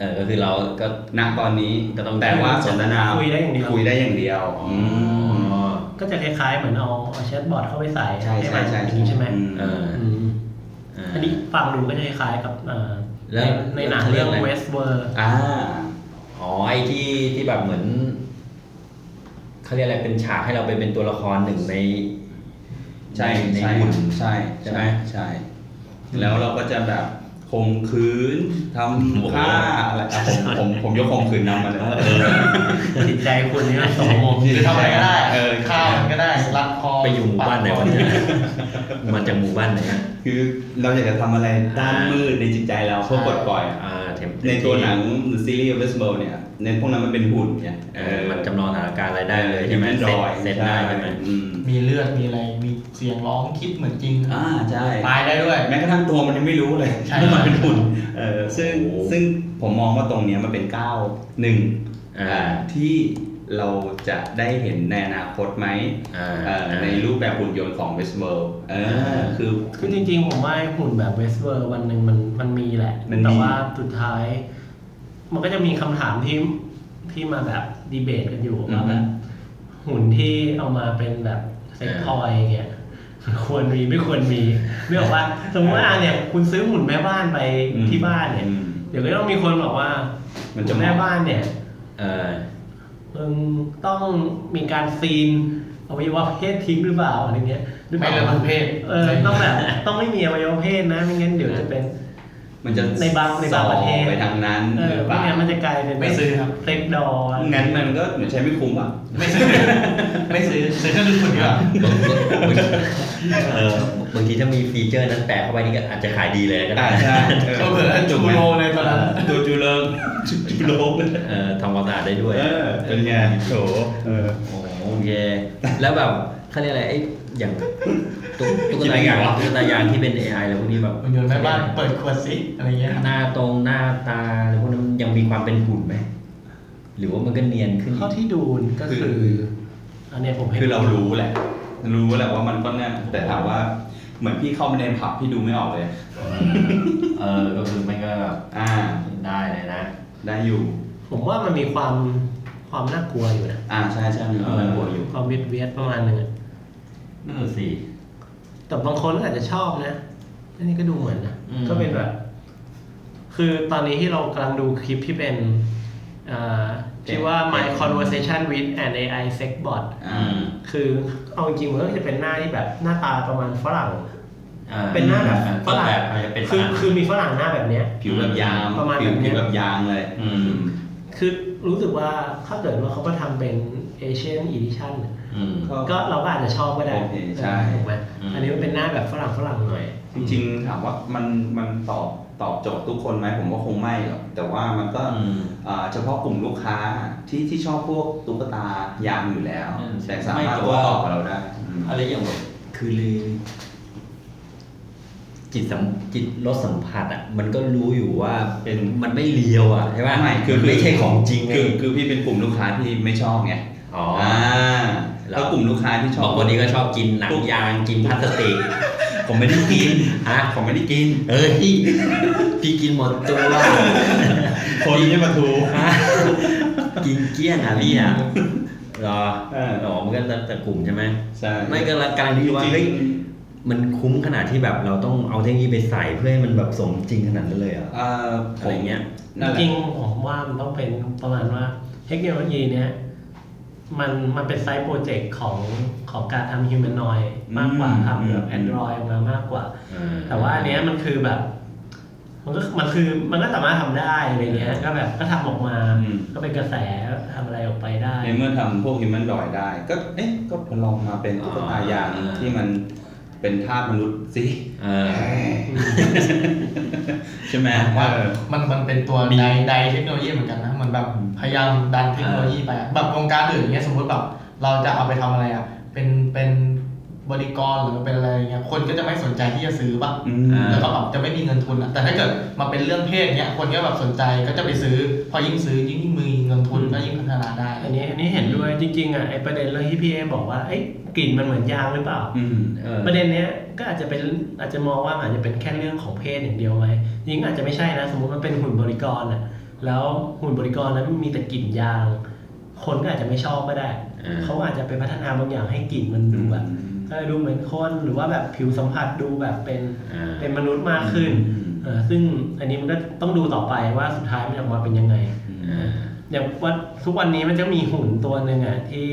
เออก็คือเราก็ ณตอนนี้ ก็ต้อง แต่ว่าสนทนา คุยได้อย่างเดียว คุยได้อย่างเดียว อ๋อ ม ก็จะคล้ายๆเหมือนเอาเอาแชทบอทเข้าไปใส่ ใช่ ห้มัน ใช่ใช่ อย่างนี้ใช่ไหม อืม เออ อืม อ่า อันนี้ฟังดูก็จะคล้ายๆกับเอ่อ แล้ ใน ว ในหนัง เขาเรี เรื่ ย อก ง อะไร Westworld อ่า อ๋อไอ้ที่ที่แบบเหมือนเขาเรียกอะไรเป็นฉากให้เราไปเป็นตัวละครหนึ่งใน ใช่ ใน ใช่ หุ่น ใช่ ใช่ไหม ใช่ แล้วเราก็จะแบบข่มขืนท โอ้ ำ โห ฆ่าอะไรอ่ะผมผมผมยกข่มขืนนำมาเลย จิตใจคุณนี่มันสมมง หรือทำอะไรก็ได้ เออ ข้าวมันก็ได้รัดคอ ไปอยู่หมู่บ้านไหนวะเนี่ยมันจากหมู่บ้านไหนอะ คือเราอยากจะทำอะไรด้านมืดในจิตใจเราเพื่อปลดปล่อย อ่าเทม ในตัวหนังหรือซีรีส์เวสเบิร์เนี่ยเน้นพวกนั้นมันเป็นหุ่นเนี่ย เออมันจำลองสถานการณ์อะไรได้เลยใช่ไหม ป็นด เซ็ต อย เซ็ตได้ใช่ไหม อืม มีเลือดมีอะไรมีเสียงร้องคิดเหมือนจริง อ่าใช่ ตายได้ด้วย แม้กระทั่งตัวมันยังไม่รู้เลย ใช่ ว่ามันเป็นหุ่นเออซึ่งซึ่งผมมองว่าตรงเนี้ยมันเป็นก้าวหนึ่ง อ่า อ่าที่เราจะได้เห็นในอนาคตไหม อ่า เอ่อในรูปแบบหุ่นยนต์ของเวสเบิร์เออคือ คือจริงๆ ผมว่าไอ้หุ่นแบบ Westworld วันหนึ่งมันมันมีแหละ มันมี แต่ว่าสุดท้าย มันก็จะมีคำถามที่ที่มาแบบดีเบตกันอยู่ว่าแบบ หุ่นที่เอามาเป็นแบบเซ็กทอยเงี้ยมันควรมีไม่ควรมีไม่บอกว่าสมมติว่าเนี่ย คุณซื้อหุ่นแม่บ้านไป อืม ที่บ้านเนี่ย อืม เดี๋ยวก็ต้องมีคนบอกว่า มันจะ หุ่แม่บ้านเนี่ย เออ มึงต้องมีการซีนอวัยวะเพศทิ้งหรือเปล่าอะไรเงี้ยหรือเป ไม่ ล่า เลือดมันเพศ เออต้องแบบ ต้องไม่มีอวัยวะเพศนะไม่งั้นเดี๋ยวจะเป็น มันจะ ในบางในบางประเทศ ส่อไปทางนั้น เอ ห อ รือเป ไม่ ล่า งั้นมันจะกลายเป็น ไม่ซื้อครับ เซ็กดอ งั้นมันก็เหมือนใช้ไม่คุ้มอ่ะ ไม่ซื้อ ไม่ซื้อซื้อเครื่องดูดฝุ่นดีกว่า เออบางทีถ้ามีฟีเจอร์นั้นแปะเข้าไปนี่ก็อาจจะขายดีเลยก็ได้ อ่าใช่ ก็เผื่อจูโรเลยตอนนั้น จูจูเริงจูโรง เออทำความสะอาดได้ด้วย เออเป็นไงโถเออ โอ้โอเคแล้วแบบเขาเรียกอะไรไอ้อย่างตุ๊กตุ๊ก คิด ตา ได้ไง ยาง วะ ตุ๊กตายางที่เป็น AI อะไรพวกนี้แบบ มันยนต์แม่บ้านเปิดขวดซิอะไรเงี้ย หน้าตรงหน้าตาอะไรพวกนั้นยังมีความเป็นหุ่นไหมหรือว่ามันก็เนียนขึ้น เข้าที่ดูก็คือ อันเนี้ยผมห็น คือเรารู้แหละ รู้แหละว่ามันก็แน่แต่ถามว่าเหมือนพี่เข้าไปในผับพี่ดูไม่ออกเลย เออก็คือมันก็ อ่า ได้เลยนะ ได้อยู่ ผมว่ามันมีความความน่ากลัวอยู่นะ อ่าใช่ใช่มีความกลัวอยู่ ความเวียดเวียดประมาณหนึงอะ นั่นนะสิ แต่บางคนก็อาจจะชอบนะอันนี้ก็ดูเหมือนนะ อืม ก็เป็นแบบ คือตอนนี้ที่เรากำลังดูคลิปที่เป็นอ่าที่ว่า my conversation with an AI sex bot อ่า คือเอาจริงๆมันก็จะเป็นหน้าที่แบบหน้าตาประมาณฝรั่ง อ่ เป็นหน้าแบบฝ ต้น รั่ง แบบมันจะเป็น คือ ฝรั่ง คือมีฝรั่งหน้าแบบเนี้ย ผิวแบบยาง ประมาณ ผิว แบบเนี้ย ผิวแบบยางเลย อืม คือรู้สึกว่าถ้าเกิดว่าเขาก็ทำเป็น Asian Edition เนี่ย อืม ก็เราก็อาจจะชอบก็ได้ โอเคใช่ ถูกไหม อืม อันนี้มันเป็นหน้าแบบฝรั่งฝรั่งหน่อย จริงๆถามว่ามันมันตอบตอบโจทย์ทุกคนไหมผมว่าคงไม่หรอกแต่ว่ามันก็ อืม อ่าเฉพาะกลุ่มลูกค้าที่ที่ชอบพวกตุ๊กตายางอยู่แล้ว อืม แต่สามารถไม่แต่ ตัว ว่า ต่อกับเราได้อืม อะไรอย่างแบบคือจิตสัมจิตรสสัมผัสอ่ะ มันก็รู้อยู่ว่าเป็นมันไม่เลียวอ่ะใช่ป่ะ ไม่คือ มันไม่ใช่ของจริงไง คือคือพี่เป็นกลุ่มลูกค้าที่ไม่ชอบไง อ๋อ อ่า แล้ว แล้วกลุ่มลูกค้าที่ชอ บบางคนนี้ก็ชอบกินหนังยางกินพลาส ติก ผมไม่ได้กิน ฮะ ผมไม่ได้กิน เอ้ยพี่กินหมดตัว คนนี้มาทู ฮะ กินเกลี้ยงอ่ะพี่อ่ะเหรอ เออ หรอมันก็แล้วแต่กลุ่มใช่ไหม ใช่ ไม่ก็ละการที่ว่า จริง เฮ้ยมันคุ้มขนาดที่แบบเราต้องเอาเทคโนโลยีไปใส่เพื่อให้มันแบบสมจริงขนาดนั้นเลยเหรอ เอ่อผ อะไร ม เงี้ย จ นั่นแหละ ริงๆผมว่ามันต้องเป็นประมาณว่าเทคโนโลยีเนี้ยมันมันเป็นไซต์โปรเจกต์ของของการทำฮิวแมนนอยมากกว่าทำแบบแอนดรอยมามากกว่า อ่า แต่ว่าอันเนี้ยมันคือแบบ มันก็มันคือมันก็สามารถทำได้อะไรเงี้ย ก็แบบก็ทำออกมา ก็เป็นกระแสทำอะไรออกไปได้ ในเมื่อทำพวกฮิมแมนดอยได้ ก็เอ๊ะก็ลองมาเป็นตุ๊กตายาง อ่า ที่มันเป็นทาสมนุษย์ สิ เออ ใช่ไหม ว่ามันมันเป็นตัว มี ใดใดเทคโนโลยีเหมือนกันนะมันแบบพยายามดันเทคโนโลยีไปอะแบบวงการอื่นอย่างเงี้ยสมมติแบบเราจะเอาไปทำอะไรอ่ะเป็นเป็น บริกรหรือมันเป็นอะไรอย่างเงี้ยคนก็จะไม่สนใจที่จะซื้อป่ะ อืม แล้วก็แบบจะไม่มีเงินทุนอะแต่ถ้าเกิดมาเป็นเรื่องเพศเนี้ยคนก็แบบสนใจก็จะไปซื้อ พอยิ่งซื้อยิ่งยิ่งมีเงินทุนก็ยิ่งพัฒนาได้ อันนี้อันนี้เห็นด้วยจริงๆอ่ะไอประเด็นเรื่องที่พี่เอบอกว่าเอ้ยกลิ่นมันเหมือนยางหรือเปล่า อืม เออ ประเด็นเนี้ยก็อาจจะเป็นอาจจะมองว่ามันอาจจะเป็นแค่เรื่องของเพศอย่างเดียวไหมยิงอาจจะไม่ใช่นะ สมมติมันเป็นหุ่นบริกรอ่ะแล้วหุ่นบริกรนั้นมีแต่กลิ่นยาง คนก็อาจจะไม่ชอบก็ได้ อ่า เขาอาจจะไปพัฒนาบางอย่างให้กลิ่นมันดูแบบ อืม เออดูเหมือนคนหรือว่าแบบผิวสัมผัสดูแบบเป็น อ่า เป็นมนุษย์มากขึ้นเออซึ่งอันนี้มันก็ต้องดูต่อไปว่าสุดท้ายมันจะออกมาเป็นยังไง อ่า อย่างว่าทุกวันนี้มันจะมีหุ่นตัวหนึ่งอ่ะที่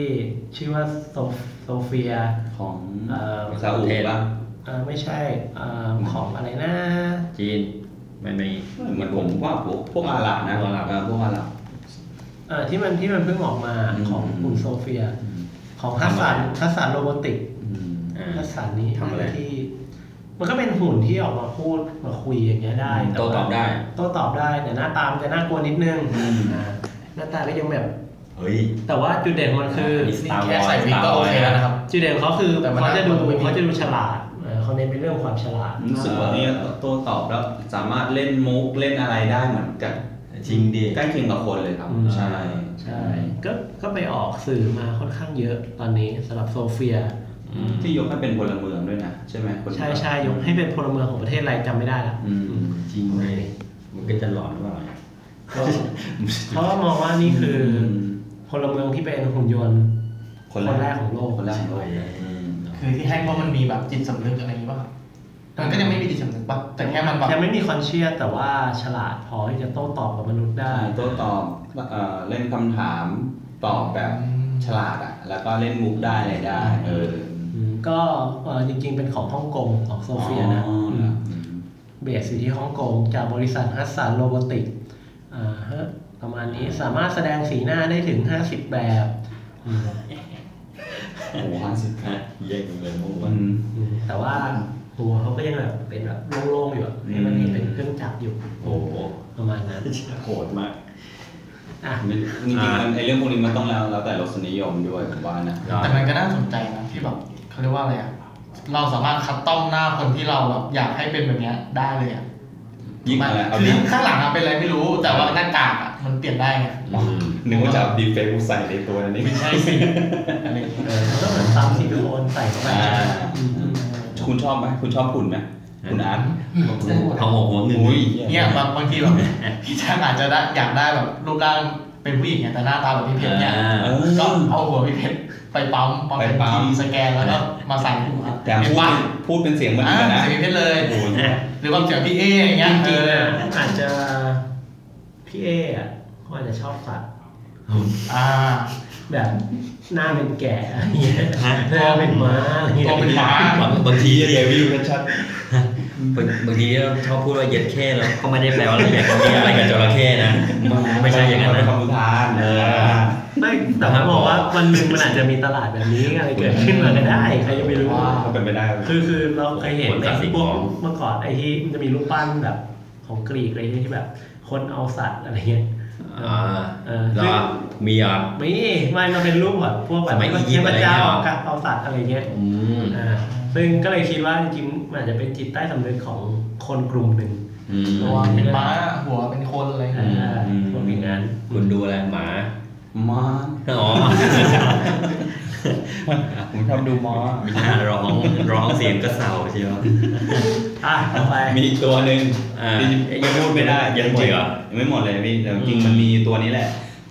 ชื่อว่าโซโซเฟีย ของ เอ่อ ซาอุ ประเทศ ป่ะ เอ่อไม่ใช่เอ่อของอะไรนะ จีนไม่ไม่ เหมือนผมว่าพวกพวกอาหรับนะ พวกอาหรับ เออพวกอาหรับ เอ่อที่มันที่มันเพิ่งออกมา อืม ของกลุ่มโซเฟีย ของฮัสสันฮัสสันโรบอติก อืม อ่า ฮัสสันนี้ ทำอะไร ที่ มันก็เป็นหุ่นที่ออกมาพูดมาคุยอย่างเงี้ยได้ อืม แว่า โต้ตอบได้ โต้ตอบได้แต่หน้าตามนจะน่ากลัวนิดนึง อืม อ่าหน้าตาก็ยังแบบ เฮ้ย แต่ว่าจุดเด่นของมันคือ นี่ Star Wars แค่ใส่วิกก็โอเคแล้วนะครับ จุดเด่นของเขาคือ แต่มัน เขาจะดู น่ากลัว เขาจะดูฉลาดเอ่อเขาเน้นเป็นเรื่องความฉลาด รู้สึกว่าเนี่ยตัวตอบแล้วสามารถเล่นมุกเล่นอะไรได้เหมือนกับ จริงดิ ใกล้เคียงกับคนเลยครับ อืม ใช่ ใช่ก็ก็ไปออกสื่อมาค่อนข้างเยอะตอนนี้สำหรับโซเฟีย ที่ยกให้เป็นพลเมืองด้วยนะ ใช่ไหมคน ใช่ใช่ยกให้เป็นพลเมืองของประเทศอะไรจำไม่ได้ละ อืม จริงเลยมันก็จะหลอนหรือเปล่าเนี่ย ก็เพราะว่ามองว่านี่คืออ ม พลเมืองที่เป็นหุ่นยนต์ คน คน แร แร ก กของโลก คนแรกของโลกอืม คือที่ให้เพราะมันมีแบบจิตสำนึกอะไรอย่างงี้ป่ะครับมันก็ยังไม่มีจิตสำนึกป่ะแต่แค่มันแบบ ยังไม่มีคอนเชียสแต่ว่าฉลาดพอที่จะโต้ตอบกับมนุษย์ได้ ใช่โต้ตอบเอ่อเล่นคำถามตอบแบบ อืม ฉลาดอ่ะ แล้วก็เล่นมุกได้อะไรได้ เออ อืมก็เอ่อจริงๆเป็นของฮ่องกงของโซเฟียนะ อ๋อ ม เหรออืม เบสอยู่ที่ฮ่องกงจากบริษัทฮัสสันโรบอติกอ่าฮะประมาณนี้สามารถแสดงสีหน้าได้ถึง 50 แบบอืม โอ้โหห้าสิบแปด แย่งเลยมุ่ง ค วัน น อืมแต่ว่าหัวเขาก็ยังแบบเป็นแบบโล่งๆอยู่อะให้มันมีเป็นเครื่องจักรอยู่ โอ้โห ประมาณนั้น โหดมาก อ่ะ มันจริงๆมันไอเรื่องพวกนี้มันต้องแล้วแล้วแต่รสนิยมด้วยผมว่านะ แต่มันก็น่าสนใจนะที่แบบเขาเรียกว่าอะไรอ่ะเราสามารถคัดต้อมหน้าคนที่เราแบบอยากให้เป็นแบบเนี้ยได้เลยอ่ะ ยิ่ง มัน อะไรเอา คือ ดิ ข้างหลังอะเป็นอะไรไม่รู้แต่ว่าหน้ากากอะมันเปลี่ยนได้ไง อืม นึกว่าจะเอาดีเฟกต์ใส่ในตัวนั่นเอง ไม่ใช่สิอะไรอย่างเงี้ย เออมันก็เหมือนซ้ำซิลิโคนใส่เข้าไป อ่า อืมอืม คุณชอบไหมคุณชอบคุณไหมคุณอาร์ต เอาหัวหัวหนึ่ง อุ้ย เนี่ยบางบางทีแบบพี่ช่างอาจจะได้อยากได้แบบรูปร่างเป็นผู้หญิงไงแต่หน้าตาแบบพี่เพชรเนี่ย อ่า เอ ก็ อ เอาหัวพี่เพชรไปปั๊มปั๊มเป็น ไปปั๊ม ทีสแกนแล้วก็มาใส่หัว แต่ เห็น พูด ปะ เป็นพูดเป็นเสียงเหมือน อ่า กันนะ ใส่พี่เพชรเลย โอ้ย หรือว่าเสียงพี่เออย่างเงี้ย จ เอ ริงๆ อ นะอาจจะพี่เออะเขาอาจจะชอบสัตว์ อ่า แบบหน้าเป็นแกะอะไรเงี้ยหน้าเป็นม้าอะไรเงี้ย ตัวเป็นหมา บางบางที เดวิลชัด บางบางทีเราชอบพูดว่าเหย็ดแค่แล้วก็ไม่ได้แปลว่าเราอยากมีอะไรกับจระเข้นะ ไม่ใช่อย่างนั้นนะ คำอุทาน เออ ไม่แต่ผมบอกว่าวันหนึ่งมันอาจจะมีตลาดแบบนี้อะไรเกิดขึ้นมาก็ได้ใครจะไปรู้ มันเป็นไปได้ไหม คือคือเราเคยเห็น คน ใน สะสม พวกของ เมื่อก่อนไอ้ที่มันจะมีรูปปั้นแบบของกรีกอะไรเงี้ยที่แบบ คนเอาสัตว์อะไรเงี้ย อ่า เออ เหรอมีเหรอ ไม่ไม่มันเป็นรูปแบบพวกแบบ สมัยอียิปเทพต์อะไรเงี้ เจ้าย เหรอ กับเอาสัตว์อะไรเงี้ย อืม อ่าซึ่งก็เลยคิดว่าจริงๆมันอาจจะเป็นจิตใต้สำนึกของคนกลุ่มหนึ่ง อืม ตัวเป็นม้าหัวเป็นคนอะไรอย่าง อ่า เงี้ย พวกอย่างนั้น คุณดูอะไรหมา มา อ๋อ ผมชอบดูมอ มีหน้าร้องร้องเสียงกระเซาเชียว อ่ะต่อไป มีอีกตัวหนึ่ง อ่า ที่ยังพูดไม่ได้ ยังหมดเหรอ ยังไม่หมดเลยพี่แต่จริงๆมันมีตัวนี้แหละ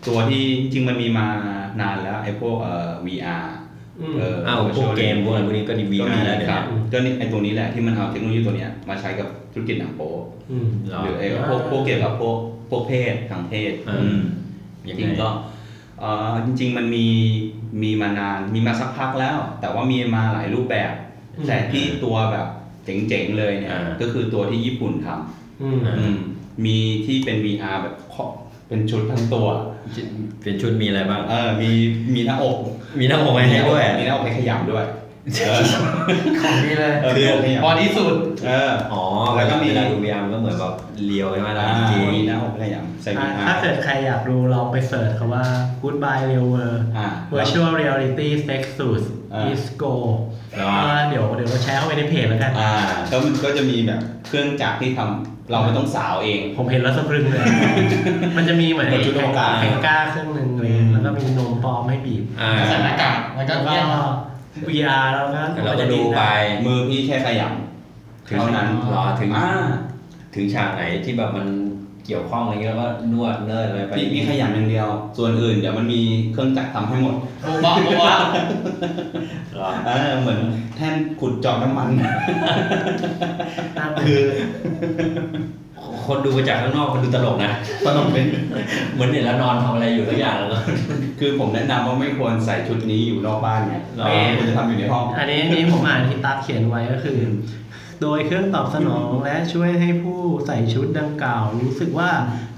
ตัวที่จริงๆมันมีมานานแล้วไอ้พวกเอ่อ VR อืม เอ่อ อ้าวพวก virtual เกมพวกอะไรพวกนี้ก็ดีวี ก็ อา มี ร์แล้ว นะ เนี่ ค ย รับก็นี่ไอ้ตัวนี้แหละที่มันเอาเทคโนโลยีตัวเนี้ยมาใช้กับธุรกิจหนังโป๊ อืม เหรอ หรือไอ้พวกพวกเกี่ยวกับพวกพวกเพศทางเพศ อืม อืม จ ยัง ริ ไง งๆก็เอ่อจริง ๆ มันมีมีมานานมีมาสักพักแล้ว แต่ว่ามีมาหลายรูปแบบ อืม แต่ที่ตัวแบบเจ๋งๆเลยเนี่ย อ่า ก็คือตัวที่ญี่ปุ่นท อืม ำอืมมีที่เป็น VR แบบครอบเป็นชุดทั้งตัว เป็นชุดมีอะไรบ้าง เออมีมีหน้าอก มีหน้าอกไว้ให้ด้วย มีหน้าอกให้ขยำด้วย ของดีเลย เออคือ บอดี้สูตร เออ อ๋อ แล้วก็มี เวลาดูพยายามก็เหมือนแบบเลียวใช่ไหม อ่า เราจริง มีหน้าอกพยายามใส่ อ่ะ กีตา ถ้า ร์ เกิดใครอยากดูลองไปเสิร์ชคำว่า Goodbye Real World อ่า Virtual Reality Sex Suits อ่า Disco แล้ว อ่าเดี๋ยวเดี๋ยวเราแชร์เข้าไปในเพจแล้วกัน อ่าก็มันก็จะมีแบบเครื่องจักรที่ทำเราไม่ต้องสาวเอง ผมเห็นแล้วสะพรึงเลย มันจะมีเหมือน เหมื ไอ้ อนชุด แข่ง อวกาศ แข่งก้าเครื่องหนึ่งเลย แล้วก็มีนมปลอมให้บีบ อ่า ใส่หน้ากากแล้วก็ แล้วก็ เนี่ย VR แล้วก็ แล้วเราก็ดูไป มือพี่แค่ขยำ ถึง เท่านั้น รอถึง อ่า ถึงฉากไหนที่แบบมันเกี่ยวข้องอะไรเงี้ยแล้วก็นวดเนิร์ดอะไรไป พี่พี่ขยำอย่างเดียว ส่วนอื่นเดี๋ยวมันมีเครื่องจักรทำให้หมด บูบะบูบะ เออเหมือนแท่นขุดเจอบน้ำมัน น่าเบื่อ คือ คนดูมาจากข้างนอกมันดูตลกนะ ตลกเป็น เหมือนเห็นแล้วนอนทำอะไรอยู่สักอย่างแล้วก็ คือผมแนะนำว่าไม่ควรใส่ชุดนี้อยู่นอกบ้านไง หรอ ไม่ควรจะทำอยู่ในห้อง อันนี้อันนี้ผมอ่านที่ตั๊กเขียนไว้ก็คือ โดยเครื่องตอบสนองและช่วยให้ผู้ใส่ชุดดังกล่าว รู้สึกว่า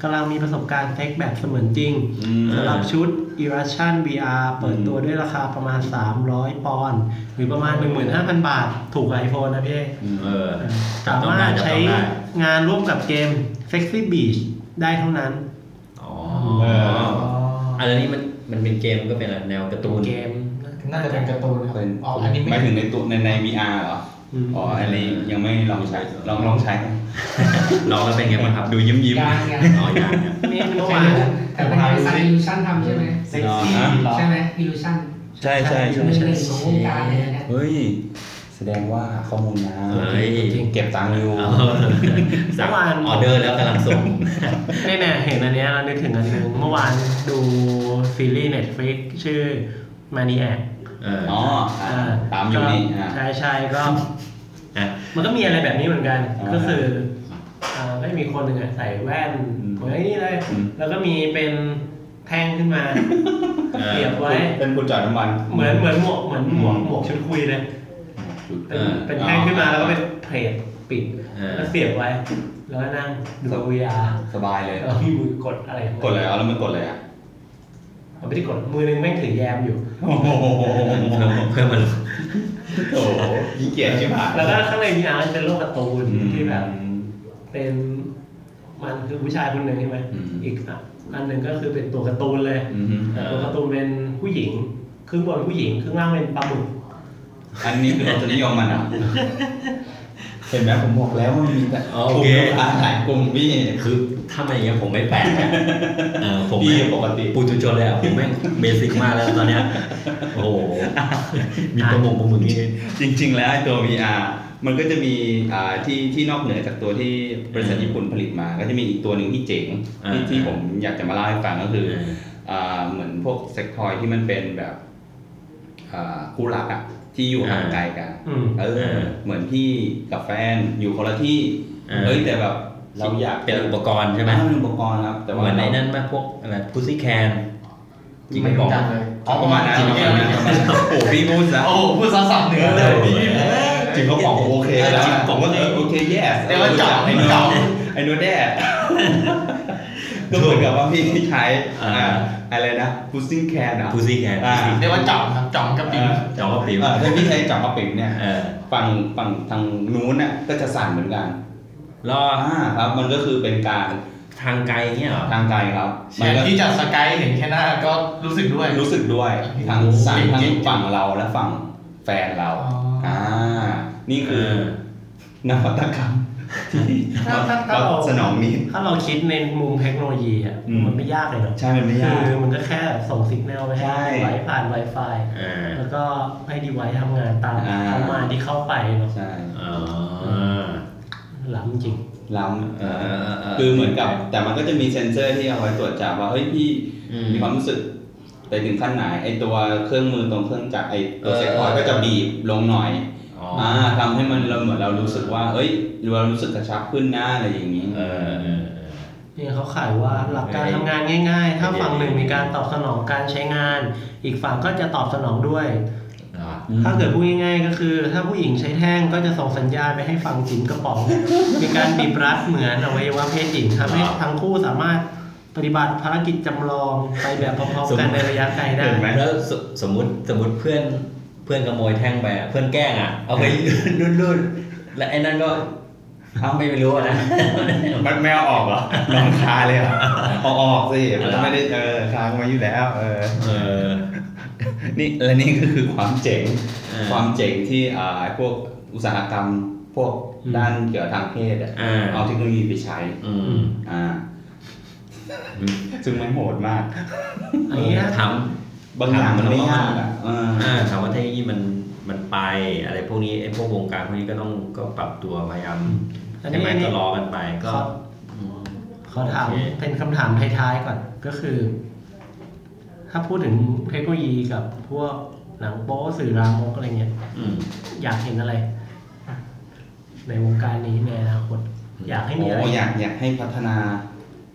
กำลังมีประสบการณ์เซ็กแบบเสมือนจริง อืม สำหรับชุด Eruption VR เปิดตัวด้วยราคาประมาณ 300 ปอนด์หรือประมาณ 15,000 บาท ถูกไอโฟนนะพี่เอ๊ะ เออ สามารถใช้ ต้องได้ งานร่วมกับเกม Sexy Beach ได้เท่านั้น อ๋อ เออ อันนี้มันมันเป็นเกมก็เป็นอะไรแนวการ์ตูน เกม น่าจะเป็นการ์ตูนครับ เป็น อ๋ออันนี้ หมา ไม่ ยถึงในตัวในใน VR เหรออ ม อ๋ออันนี้ยังไม่ลองใช้ลองลองใช้ ลองแล้วเป็นไงบ้างครับ ดูยิ้มยิ้ม ยางยาง อ๋อยังครับ นี่เมื่อ ใช่ วาน ไหมแต่เป็นบริษัทอิลูชันทำใช่ไหม เซ็กซี่ อ่ะ เหรอ ใช่ไหมอิลูชัน ใช่ใช่ เป็นหนึ่งของวงการเลยนะเนี่ย เฮ้ย แสดงว่าข้อมูลนะ เฮ้ย เก็บตังค์อยู่ เอาสั่ง เมื่อวาน ออเดอร์แล้วกำลังส่ง นี่แน่เห็นอันเนี้ยเรานึกถึงอันหนึงเมื่อวานดูซีรีส์ Netflix ชื่อ Maniac เออ อ๋ออ่ะตามอยู่นี่ ก็ อ่ะ ใช่ใช่ก็ อ่ะ มันก็มีอะไรแบบนี้เหมือนกัน อ่า ก็คืออ่าก็มีคนหนึ่งอ่ะใส่แว่น อืม เหมือนไอ้นี่เลย อืม แล้วก็มีเป็นแท่งขึ้น มา อ่า เสียบไว้ เป็นคุณจอดน้ำมัน เหมือนเหมือนหมวกเหมือนหมวกหมวกชุดคุยเลย เป็น อ่า เป็นแท่งขึ้นมาแล้วก็เป็นเพลทปิด เออ แล้วเสียบไว้ แล้วก็นั่งดู VR สบายเลย แล้วมีมือกดอะไร กดเลยเอาแล้วมันกดเลยอ่ะ มันไม่ได้กดมือนึงแม่งถือแยมอยู่ โอ้โห เพิ่มเพิ่มมัน โอ้โหยิ่งเกลียดชิบหาย แล้วก็ข้างในมีอาร์ตเป็นโลกการ์ตูน อืม ที่แบบเป็นมันคือผู้ชายคนหนึ่งใช่ไหม อืม อีกอ่ะอันหนึ่งก็คือเป็นตัวการ์ตูนเลย อืม เออ ตัวการ์ตูนเป็นผู้หญิงครึ่งบนผู้หญิงครึ่งล่างเป็นปลาหมึก อันนี้คือรสนิยมมันอ่ะ เห็นไหมผมบอกแล้วว่ามันมีแต่ อ๋อโอเค กลุ่มลูกค้าหลายกลุ่มพี่ คือถ้ามันอย่างเงี้ยผมไม่แปลกนะเออผม พี่ ไม่ ปกติ ปูจุชนเลยอ่ะผมแม่งเบสิกมากแล้วตอนเนี้ยโอ้โห มีประมงประมึงนี่ จริง ๆ แล้วไอ้ตัว VR มันก็จะมีอ่าที่ที่นอกเหนือจากตัวที่บริษัทญี่ปุ่นผลิตมา ก็จะมีอีกตัวหนึ่งที่เจ๋ง อ่า ที่ที่ผมอยากจะมาเล่าให้ฟังก็คืออ่าเหมือนพวกเซ็กทอยที่มันเป็นแบบอ่าคู่รักอะที่อยู่ห่างไกลกัน อืม เออเหมือนพี่กับแฟนอยู่คนละที่ เออ เอ้ยแต่แบบเราอยาก เป็นอุปกรณ์ใช่ไหม อ่าเป็นอุปกรณ์ครับแต่ เห ว่า มือนใน รา นั้นมากพวกอะไรพุซี่แคนจริง ไม่ ไม่ บบ อ อก ก จังเลย อ๋อประมาณนั้นประมาณนั้นประมาณนั้นโอ้พี่พูดซะ โอ้โหพูดซะสับเหนือเลย จิงเขาบอกโอเคแล้วจิงบอกว่าเออโอเคแย่ แต่ว่าเจาะไม่เจาะ ไอ้นู้นแย่ก็เหมือนกับว่าพี่ใช้อ่าอะไรนะ pushing can อ่ะ พุซี่แคน อ่า เรียกว่าจ่องครับจ่องกับปิง จองก็ปีม เออถ้าพี่ใช้จับกระปิ๋งเนี่ย เออ ฝั่งฝั่งทางนู้นน่ะก็จะสั่นเหมือนกัน รอ อ่าครับมันก็คือเป็นการ ทางไกลเงี้ยเหรอ ทางไกลครับ แท มัน น ก็ ที่จะสกายเห็นแค่หน้าก็รู้สึกด้วย รู้สึกด้วยทั้งสั่นทั้งฝั่งเราและฝั่งแฟนเรา อ๋ออ่ อ่านี่คื เอ อ อน วัตกรรมที่ ถ้าถ้าถ้า ต เรา อบสนองนี้ ถ้าเราคิดในมุมเทคโนโลยีอ่ะ อืม มันไม่ยากเลยเนาะ ใช่มันไม่ยาก คือมันก็แค่ส่งสัญญาณไปให้ ใช่ ไวผ่าน Wi-Fi เออ แล้วก็ให้ดีไวทำงานตาม อ่า เข้ามาที่เข้าไปเนาะ ใช่ อ๋อ ล้ำจริง ล้ เออเออเออ ำคือเหมือนกับ แต่มันก็จะมีเซ็นเซอร์ที่เอาไว้ตรวจจับว่าเฮ้ยพี่ อืม มีความรู้สึกไปถึงขั้นไหนไอตัวเครื่องมือตรงเครื่องจักรไอตัว เออ เซ็กคอยก็จะบีบลงหน่อย อ๋ออ่ อ่าทำให้มันเราเหมือนเรารู้สึกว่า เอ้ยเรารู้สึกกระชับขึ้นหน้าอะไรอย่างนี้ เออเออเออ นี่เขาขายว่าหลักการทำงานง่าย ๆ ถ้าฝั่งหนึ่งมีการตอบสนองการใช้งาน อีกฝั่งก็จะตอบสนองด้วย เหรอ ถ้าเกิดพูดง่ายๆ ก็คือ ถ้าผู้หญิงใช้แท่งก็จะส่งสัญญาณไปให้ฝั่งจิ๋มกระป๋อง มีการบีบรัดเหมือนอวัยวะเพศหญิงทำให้ทั้งคู่สามารถปฏิบัติภารกิจจำลองไปแบบพร้อมๆกันในระยะไกลได้ เห็นไหม แล้วสสมมติสมมติเพื่อน เพื่อนขโมยแท่งไปอะเพื่อนแกล้งอ่ะ เอาไปรุ่นรุ่นๆแล้วไอ้นั่นก็เอาไม่รู้อะนะ มันไม่เอาออกเหรอน้องคาเลยเหรอเอาออกสิมันไม่ได้เออค้างมาอยู่แล้ว เออ เออ นี่และนี่ก็คือความเจ๋ง เออ ความเจ๋งที่อ่าพวกอุตสาหกรรมพวก อืม ด้านเกี่ยวกับทางเพศอะ อ่า เอาเทคโนโลยีไปใช้ อืม อ่าซึ่งมันโหดมาก อันนี้นะ ถาม บางอย่างมันไม่ยากอะเออ อ่าถามว่าเทคโนโลยีมันมันไปอะไรพวกนี้ไอ้พวกวงการพวกนี้ก็ต้องก็ปรับตัวพยายาม อัน ใช่ นี้ ไหม อันนี้ ก็รอกันไปก็ ขอ อืม ขอถาม โอเค เป็นคำถามท้ายๆก่อนก็คือ ถ้าพูดถึงเทคโนโลยีกับพวกหนังโป๊สื่อรามกอะไรเงี้ย อืม อยากเห็นอะไร ในวงการนี้ในอนาคตอยากให้มีอะไร โอ้อยากอยากให้พัฒนา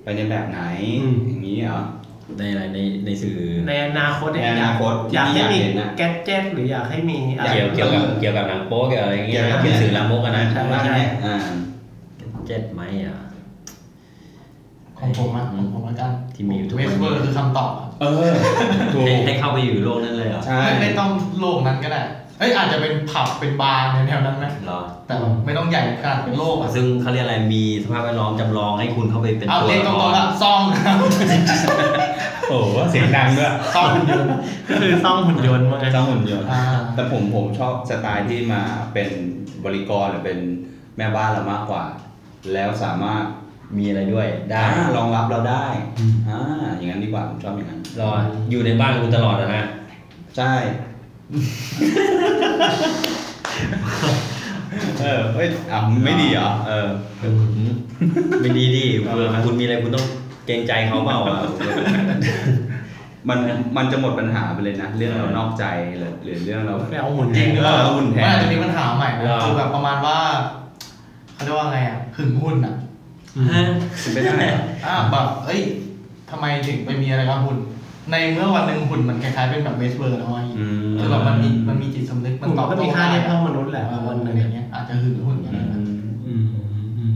ไปในแบบไหน อืม อย่างนี้เหรอ ในอะไรในในสื่อ ในอนาคตเนี่ย ในอนาคต อยากให้มี ที่อยากเห็นนะ แก๊จเจ็ตหรืออยากให้มีอะไร เกี่ยวเกี่ยวกับเกี่ยวกับหนังโป๊เกี่ยวกับอะไรอย่างเงี้ยนะเกี่ยวกับสื่อลามกอะนะ ใช่ ว่าเนี่ยอ่า เจ็ดไหมอ่ะ ของผมอะของผมละกัน ที่มีอยู่ทุก เว วั ส น เวอ นี้ ร์คือคำตอบ เออ ถูก ให้ให้เข้าไปอยู่โลกนั้นเลยเหรอ ใช่ ไม่ไม่ต้องโลกนั้นก็ได้เอ้ยอาจจะเป็นผับเป็นบาร์ในแนวนั้นไหม เหรอ แต่แบบไม่ต้องใหญ่ขนาดเป็นโลกอะ ซึ่งเขาเรียกอะไรมีสภาพแวดล้อมจำลองให้คุณเข้าไปเป็น เอา ตัว เรียกตรงๆละซองครับ โอ้โหเสียงดังด้วย ซองหุ่นยนต์ ก็คือซ่องหุ่นยนต์ว่าไง เจ้าหุ่นยนต์ อ่า แต่ผมผมชอบสไตล์ที่มาเป็นบริกรหรือเป็นแม่บ้านเรามากกว่า แล้วสามารถ มีอะไรด้วยได้ ได้รองรับเราได้อ่าอย่างนั้นดีกว่าผมชอบอย่างนั้น รออยู่ในบ้านคุณตลอดอะนะ ใช่ เออเฮ้ยอ่ะไม่ดีเหรอเออ ไม่ดีดิเผื่อคุณมีอะไรคุณต้องเกรงใจเขาเปล่าอ่ะ มันมันจะหมดปัญหาไปเลยนะ เรื่องเรานอกใจหรือหรือเรื่องเรา ไปเอาหุ่นจริงหรือ เอ เปล่า อหุ่นแท มันนอาจจะมีปัญหาใหม่ เหร นะ อ คือแบบประมาณว่าเขาเรียกว่าไงอะหึงหุ่นอะ ฮะ เป็นไม่ได้เหรอ อ่าแบบเอ้ยทำไมถึงไปมีอะไรกับหุ่น ในเมื่อวันหนึ่งหุ่นมันคล้ายๆเป็นแบบเวสเบอร์นะเว่า อืม คือแบบมันมีมันมีจิตสำนึกมั หุ่ น น ตอบ ก็ โต้ มีค่า ได้ เทียบเท่าอะมนุษย์แหละ เออ วั วันหนห นึ่งนึ่งอย่อา ย่างง เงี้ย เงี้ยอาจจะหึงหุ่นกันนะ อืมอืม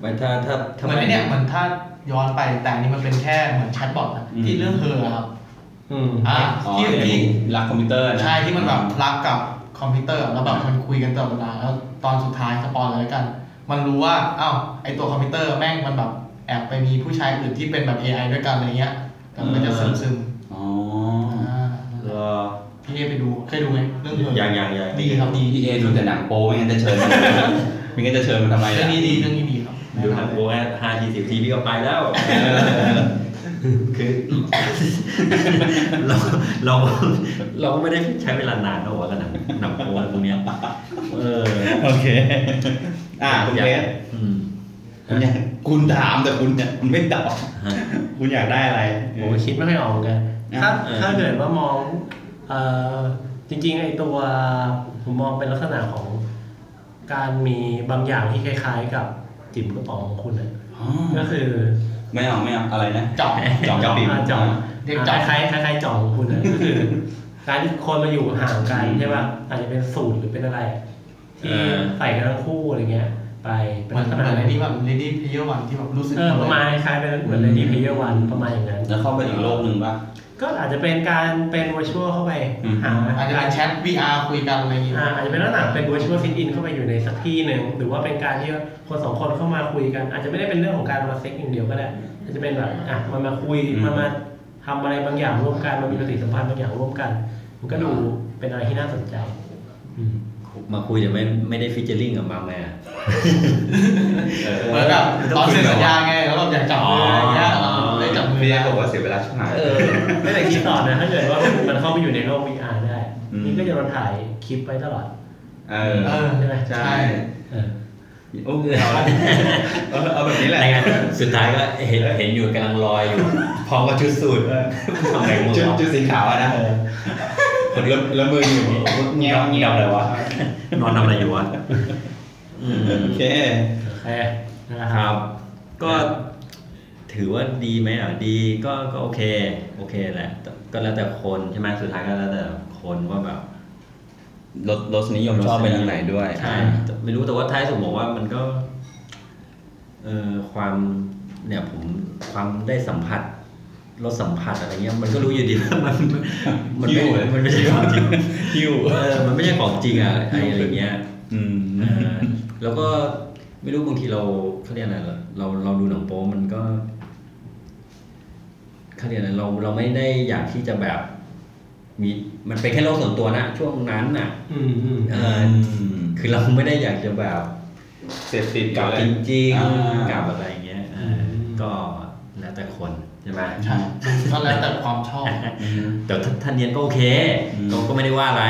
ไม่ถ้าถ้าถ้า เหมือนไอเนี่ยเหมือนถ้าย้อนไปแต่อันนี้มันเป็นแค่เหมือนแชทบอทนะที่เรื่องเธออะครับ อืม อ่า อ๋อ ที่ที่ รักคอมพิวเตอร์นะ ใช่ที่มันแบบรักกับคอมพิวเตอร์แล้วแบบมันคุยกันตลอดเวลาแล้วตอนสุดท้ายสปอยเลยแล้วกัน มันรู้ว่าอ้าวไอตัวคอมพิวเตอร์แม่งมันแบบแอบไปมีผู้ชายอื่นที่เป็นแบบ AI ด้วยกันอะไรเงี้ยแล้วมันก็จะซึมซึมๆ อ๋อ เออ พี่เอไปดูเคยดูไหมเรื่องเธอ อย่างอย่างอย่าง ดีครับดี พี่เอดูแต่หนังโป๊ไม่งั้นจะเชิญมันไม่งั้นจะเชิญมันทำไม เรื่อ ล่ะ งนี้ดีเรื่องนี้ดีครับ ดูหนังโป๊ะห้าทีสิบทีพี่ก็ไปแล้ว คือ เราเราเราก็ไม่ได้ใช้เวลานานนะว่ากับหนังหนังโป๊ะพวกเนี้ยเออ โอเค อ่ะคุณ อยาก เพชร อืม คุณอยากคุณถามแต่คุณเนี่ยคุณไม่ตอบ ฮะ คุณอยากได้อะไร ผมก็คิดไม่ค่อยออกเหมือนกันถ้า เออ ถ้าเกิดว่ามองเอ่อจริงๆไอตัวผมมองเป็นลักษณะของการมีบางอย่างที่คล้าย ๆ กับจิ๋มกระป๋องของคุณน่ะ อ๋อ ก็คือ ไม่เอาไม่เอาอะไรนะ จ่อง จ่องกระปิ่ม อ่าจ่อง เด็ก ค จ่อง ล้ายคล้ายๆคล้ายๆจ่องของคุณนะก็คือ การที่คนมาอยู่ห่างกันใช่ป่ะอาจจะเป็นสูตรหรือเป็นอะไร ที่ เออ ใส่กันทั้งคู่อะไรเงี้ย ไปเป็น เหมือ ลักษนเหมื ณะ อนอะไรที่แบบ lady player one ที่แบบรู้สึก เออประมาณคล้ายๆเป็นเหมือนเลดี้พ a เยอร์วันประมาณอย่างนั้น แล้วเข้าไปอีกโลกหนึ่งป่ะ ก็อาจจะเป็นการเป็นว i ชว l เข้าไป อืม หา อาจจะเป็นแชท VR คุยกันอะไรอย่างเงี้ย อ่าอาจจะเป็นลักษณะเป็นว i ชว l ซิ t อินเข้าไปอยู่ในสักที่หนึ่งหรือว่าเป็นการที่คนสองคนเข้ามาคุยกัน อาจจะไม่ได้เป็นเรื่องของการมาเซ็กอย่างเดียวก็ได้อาจจะเป็นแบบอ่ะมันมาคุย อืม มันมาทำอะไรบางอย่างร่วมกันมันมีปฏิสัมพันธ์บางอย่างร่วมกัน มันก็ดูเป็นอะไรที่น่าสนใจ อืม มาคุยแต่ไม่ไม่ได้ฟิชเจอริงกับมาแม่ เออ เหมือนแบบตอนเซ็นสัญญาไงแล้วแบบอยากจับมืออะไรเงี้ย อ๋อ เลยจับมือ พี่เอ แล้ว บอกว่าเสียเวลาชิบหาย เออ ไม่แต่คิดต่อนะถ้าเกิดว่ามันเข้าไปอยู่ในโลก VR ได้ อืม นี่ก็จะมาถ่ายคลิปไว้ตลอด เออ เออ ใช่ไหม ใช่ ใช่ เออ โอ้เอาละเออเอาแบบนี้แหละ แต่งานสุดท้ายก็เห็นเห็นอยู่กำลังลอยอยู่ พร้อมกับชุดสูททำอะไรมึง จุด วะ จุดสีขาวอะนะคนแล้วแล้วมืออยู่เงี้ยวเงี้ยวเลยวะ นอนทำอะไรอยู่วะอืม โอเค โอเคนะ ค ครับ รับ ก็ ถือว่าดีไหมอ่ะดีก็ก็โอเค โอเคแหละแต่ก็แล้วแต่คนใช่ไหมสุดท้ายก็แล้วแต่คนว่าแบบ รถรถนิยมชอบไปทางไหนด้วย ใช่แต่ไม่รู้แต่ว่าท้ายสุดบอกว่ามันก็เออความเนี่ยผมความได้สัมผัส รสสัมผัสอะไรเงี้ยมันก็รู้อยู่ดีว่ามัน มัน หิ้ ไม่ วเลย มันไม่ใช่ของจริง หิว เออมันไม่ใช่ของจริงอะไออะไรเงี้ย อืม เออแล้วก็ไม่รู้บางทีเราเขาเรียกอะไรเหรอเราเราดูหนังโป๊มันก็เขาเรียกอะไรเราเราไม่ได้อยากที่จะแบบ มีมันเป็นแค่โลกส่วนตัวนะช่วงนั้นน่ะ อืมอืม เออคือเราไม่ได้อยากจะแบบ เสพติด กลับจริง อ่า ๆกลับอะไรอย่างเงี้ยเออก็แล้วแต่คนใช่ไหม ใช่ก็แล้วแต่ความชอบ อืม แต่ถ้าท่านเนียนก็โอเค อืม ก็ก็ไม่ได้ว่าอะไร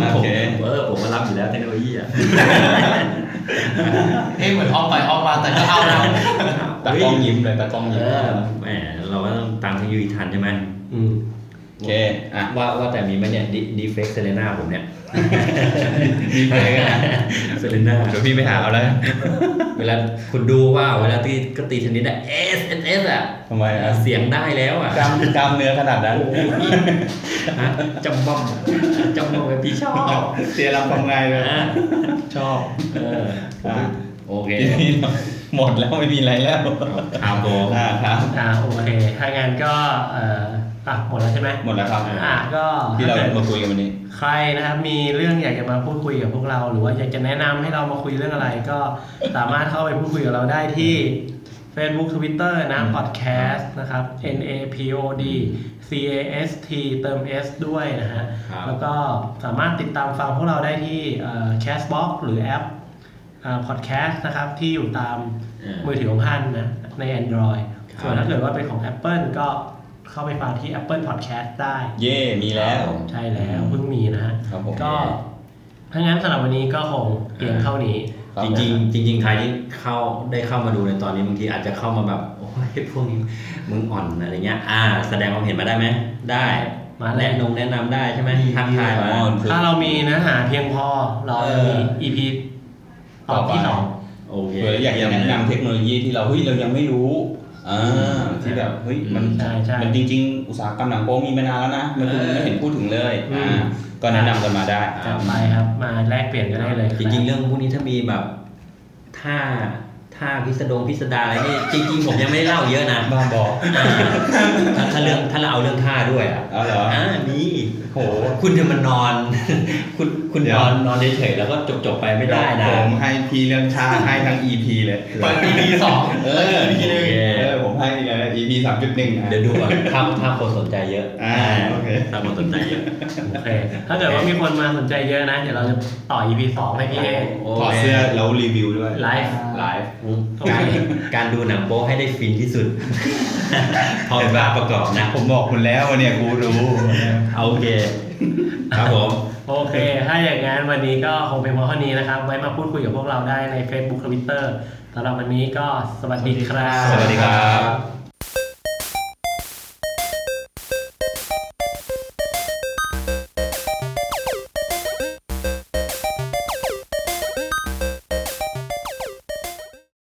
โอเค ผมเออผมก็รับอยู่แล้วเทคโนโลยีอ่ะ เอ๊ะเหมือนออกไปออกมาแต่ก็เอานะ ตากล้องยิ้มเลยตากล้อง เอ ยิ้ม อแหมเราก็ต้องตามเทคโนโลยีทันใช่ไหม อืม โอเคอ่ะ ว่าว่าแต่มีไหมเนี่ยดีเฟกเซเลน่าผม เนี่ย มีเพลงนะ เซเลน่า เดี๋ยวพี่ไปหาเอาแล้ว เวลาคุณดูว่าเวลาตีก็ตีชนิดอะเอสเอสอะ ทำไมอ่ะ เสียงได้แล้วอะ กล้ามกล้ามเนื้อขนาดนั้น ฮะจำบ้อมจำบ้อมเลยพี่ชอบ เสียลำทำไงเลย นะ ชอบ เออ อ่ะ โอเค ทีนี้หมดแล้วไม่มีอะไรแล้ว ครับผม อ่าครับ อ่าโอเค ถ้างั้นก็เอ่ออ่ะหมดแล้วใช่ไหม หมดแล้วครับ อ่ะก็ ที่เรา ถ้ากิด มาคุยกันวันนี้ ใครนะครับมีเรื่องอยากจะมาพูดคุยกับพวกเรา หรือว่าอยากจะแนะนำให้เรามาคุยเรื่องอะไร ก็สามารถเข้าไปพูดคุยกับเราได้ที่ Facebook Twitter นะ Podcast นะครับ N A P O D C A S T เติม S ด้วยนะฮะ ครับ แล้วก็สามารถติดตามฟังพวกเราได้ที่เอ่อ Castbox หรือแอปพอดแคสต์นะครับ ที่อยู่ตาม เออ มือถือของท่านนะ ใน Android ครับ ส่วนถ้าเกิดว่าเป็นของ Apple ก็เข้าไปฟังที่ Apple Podcast ได้ เย่มีแล้ว ใช่แล้วเพิ่งมีนะฮะ ครับผม ก็ถ้างั้นสำหรับวันนี้ก็คงเพียงเท่านี้ จริงๆจริงๆใครที่เข้าได้เข้ามาดูในตอนนี้บางทีอาจจะเข้ามาแบบ โอ้ยพวกนี้มึงอ่อนอะไรเงี้ย อ่า แสดงความเห็นมาได้ไหมได้ มาเลย แนะนงแนะนำได้ใช่ไหมทักทายมา อ๋อคือ ถ้าเรามีเนื้อหาเพียงพอเราจะมี เออ EP ตอนที่สอง โอเค เผื่ออยากจะแนะนำเทคโนโลยีที่เราเฮ้ยเรายังไม่รู้อ่าที่แบบเฮ้ยมัน ใช่ใช่ มันจริง ๆ อุตสาหกรรมหนังโป๊มีมานานแล้วนะมันคือไม่เห็นพูดถึงเลยอ่าก็แนะนำกันมาได้ จัดไปครับ มาแลกเปลี่ยนกันได้เลยคบ จริงๆ เรื่องพวกนี้ถ้ามีแบบท่าท่าพิสดงพิสดารอะไรนี่จริง ๆ ผมยังไม่ได้เล่าเยอะนะ บ้าบอ ถ้าถ้าเรื่องถ้าเราเอาเรื่องท่าด้วยอ่ะ เอาเหรอ อ่ามี โห คุณจะมานอน คุณคุณ เดี๋ย น ว อนนอนเฉยๆแล้วก็จบจบๆไปไม่ได้นะ ผมให้พี่เรื่องชาให้ทั้ง EP เลย เปิด EP สอง เออ โอเค เออผมให้เลย EP สามจุดหนึ่ง เดี๋ยวดูก่อน ถ้าถ้าคนสนใจเยอะ อ่าโอเค ถ้าคนสนใจเยอะ โอเค ถ้าเกิดว่ามีคนมาสนใจเยอะนะ เดี๋ยวเราจะต่อ EP สองให้พี่เอ ถอดเสื้อแล้วรีวิวด้วย ไลฟ์ ไลฟ์ โอเค การการดูหนังโป๊ให้ได้ฟินที่สุด พอ เห็ เป็นปะนภาพประกอบนะ ผมบอกคุณแล้วว่าเนี่ยกูรู้ โอเค ครับผม โอเค ถ้าอย่างนั้นวันนี้ก็คงเป็นพอเท่านี้นะครับ ไว้มาพูดคุยกับพวกเราได้ใน Facebook Twitter สำหรับวันนี้ก็สวัสดีครับ สวัสดีครับ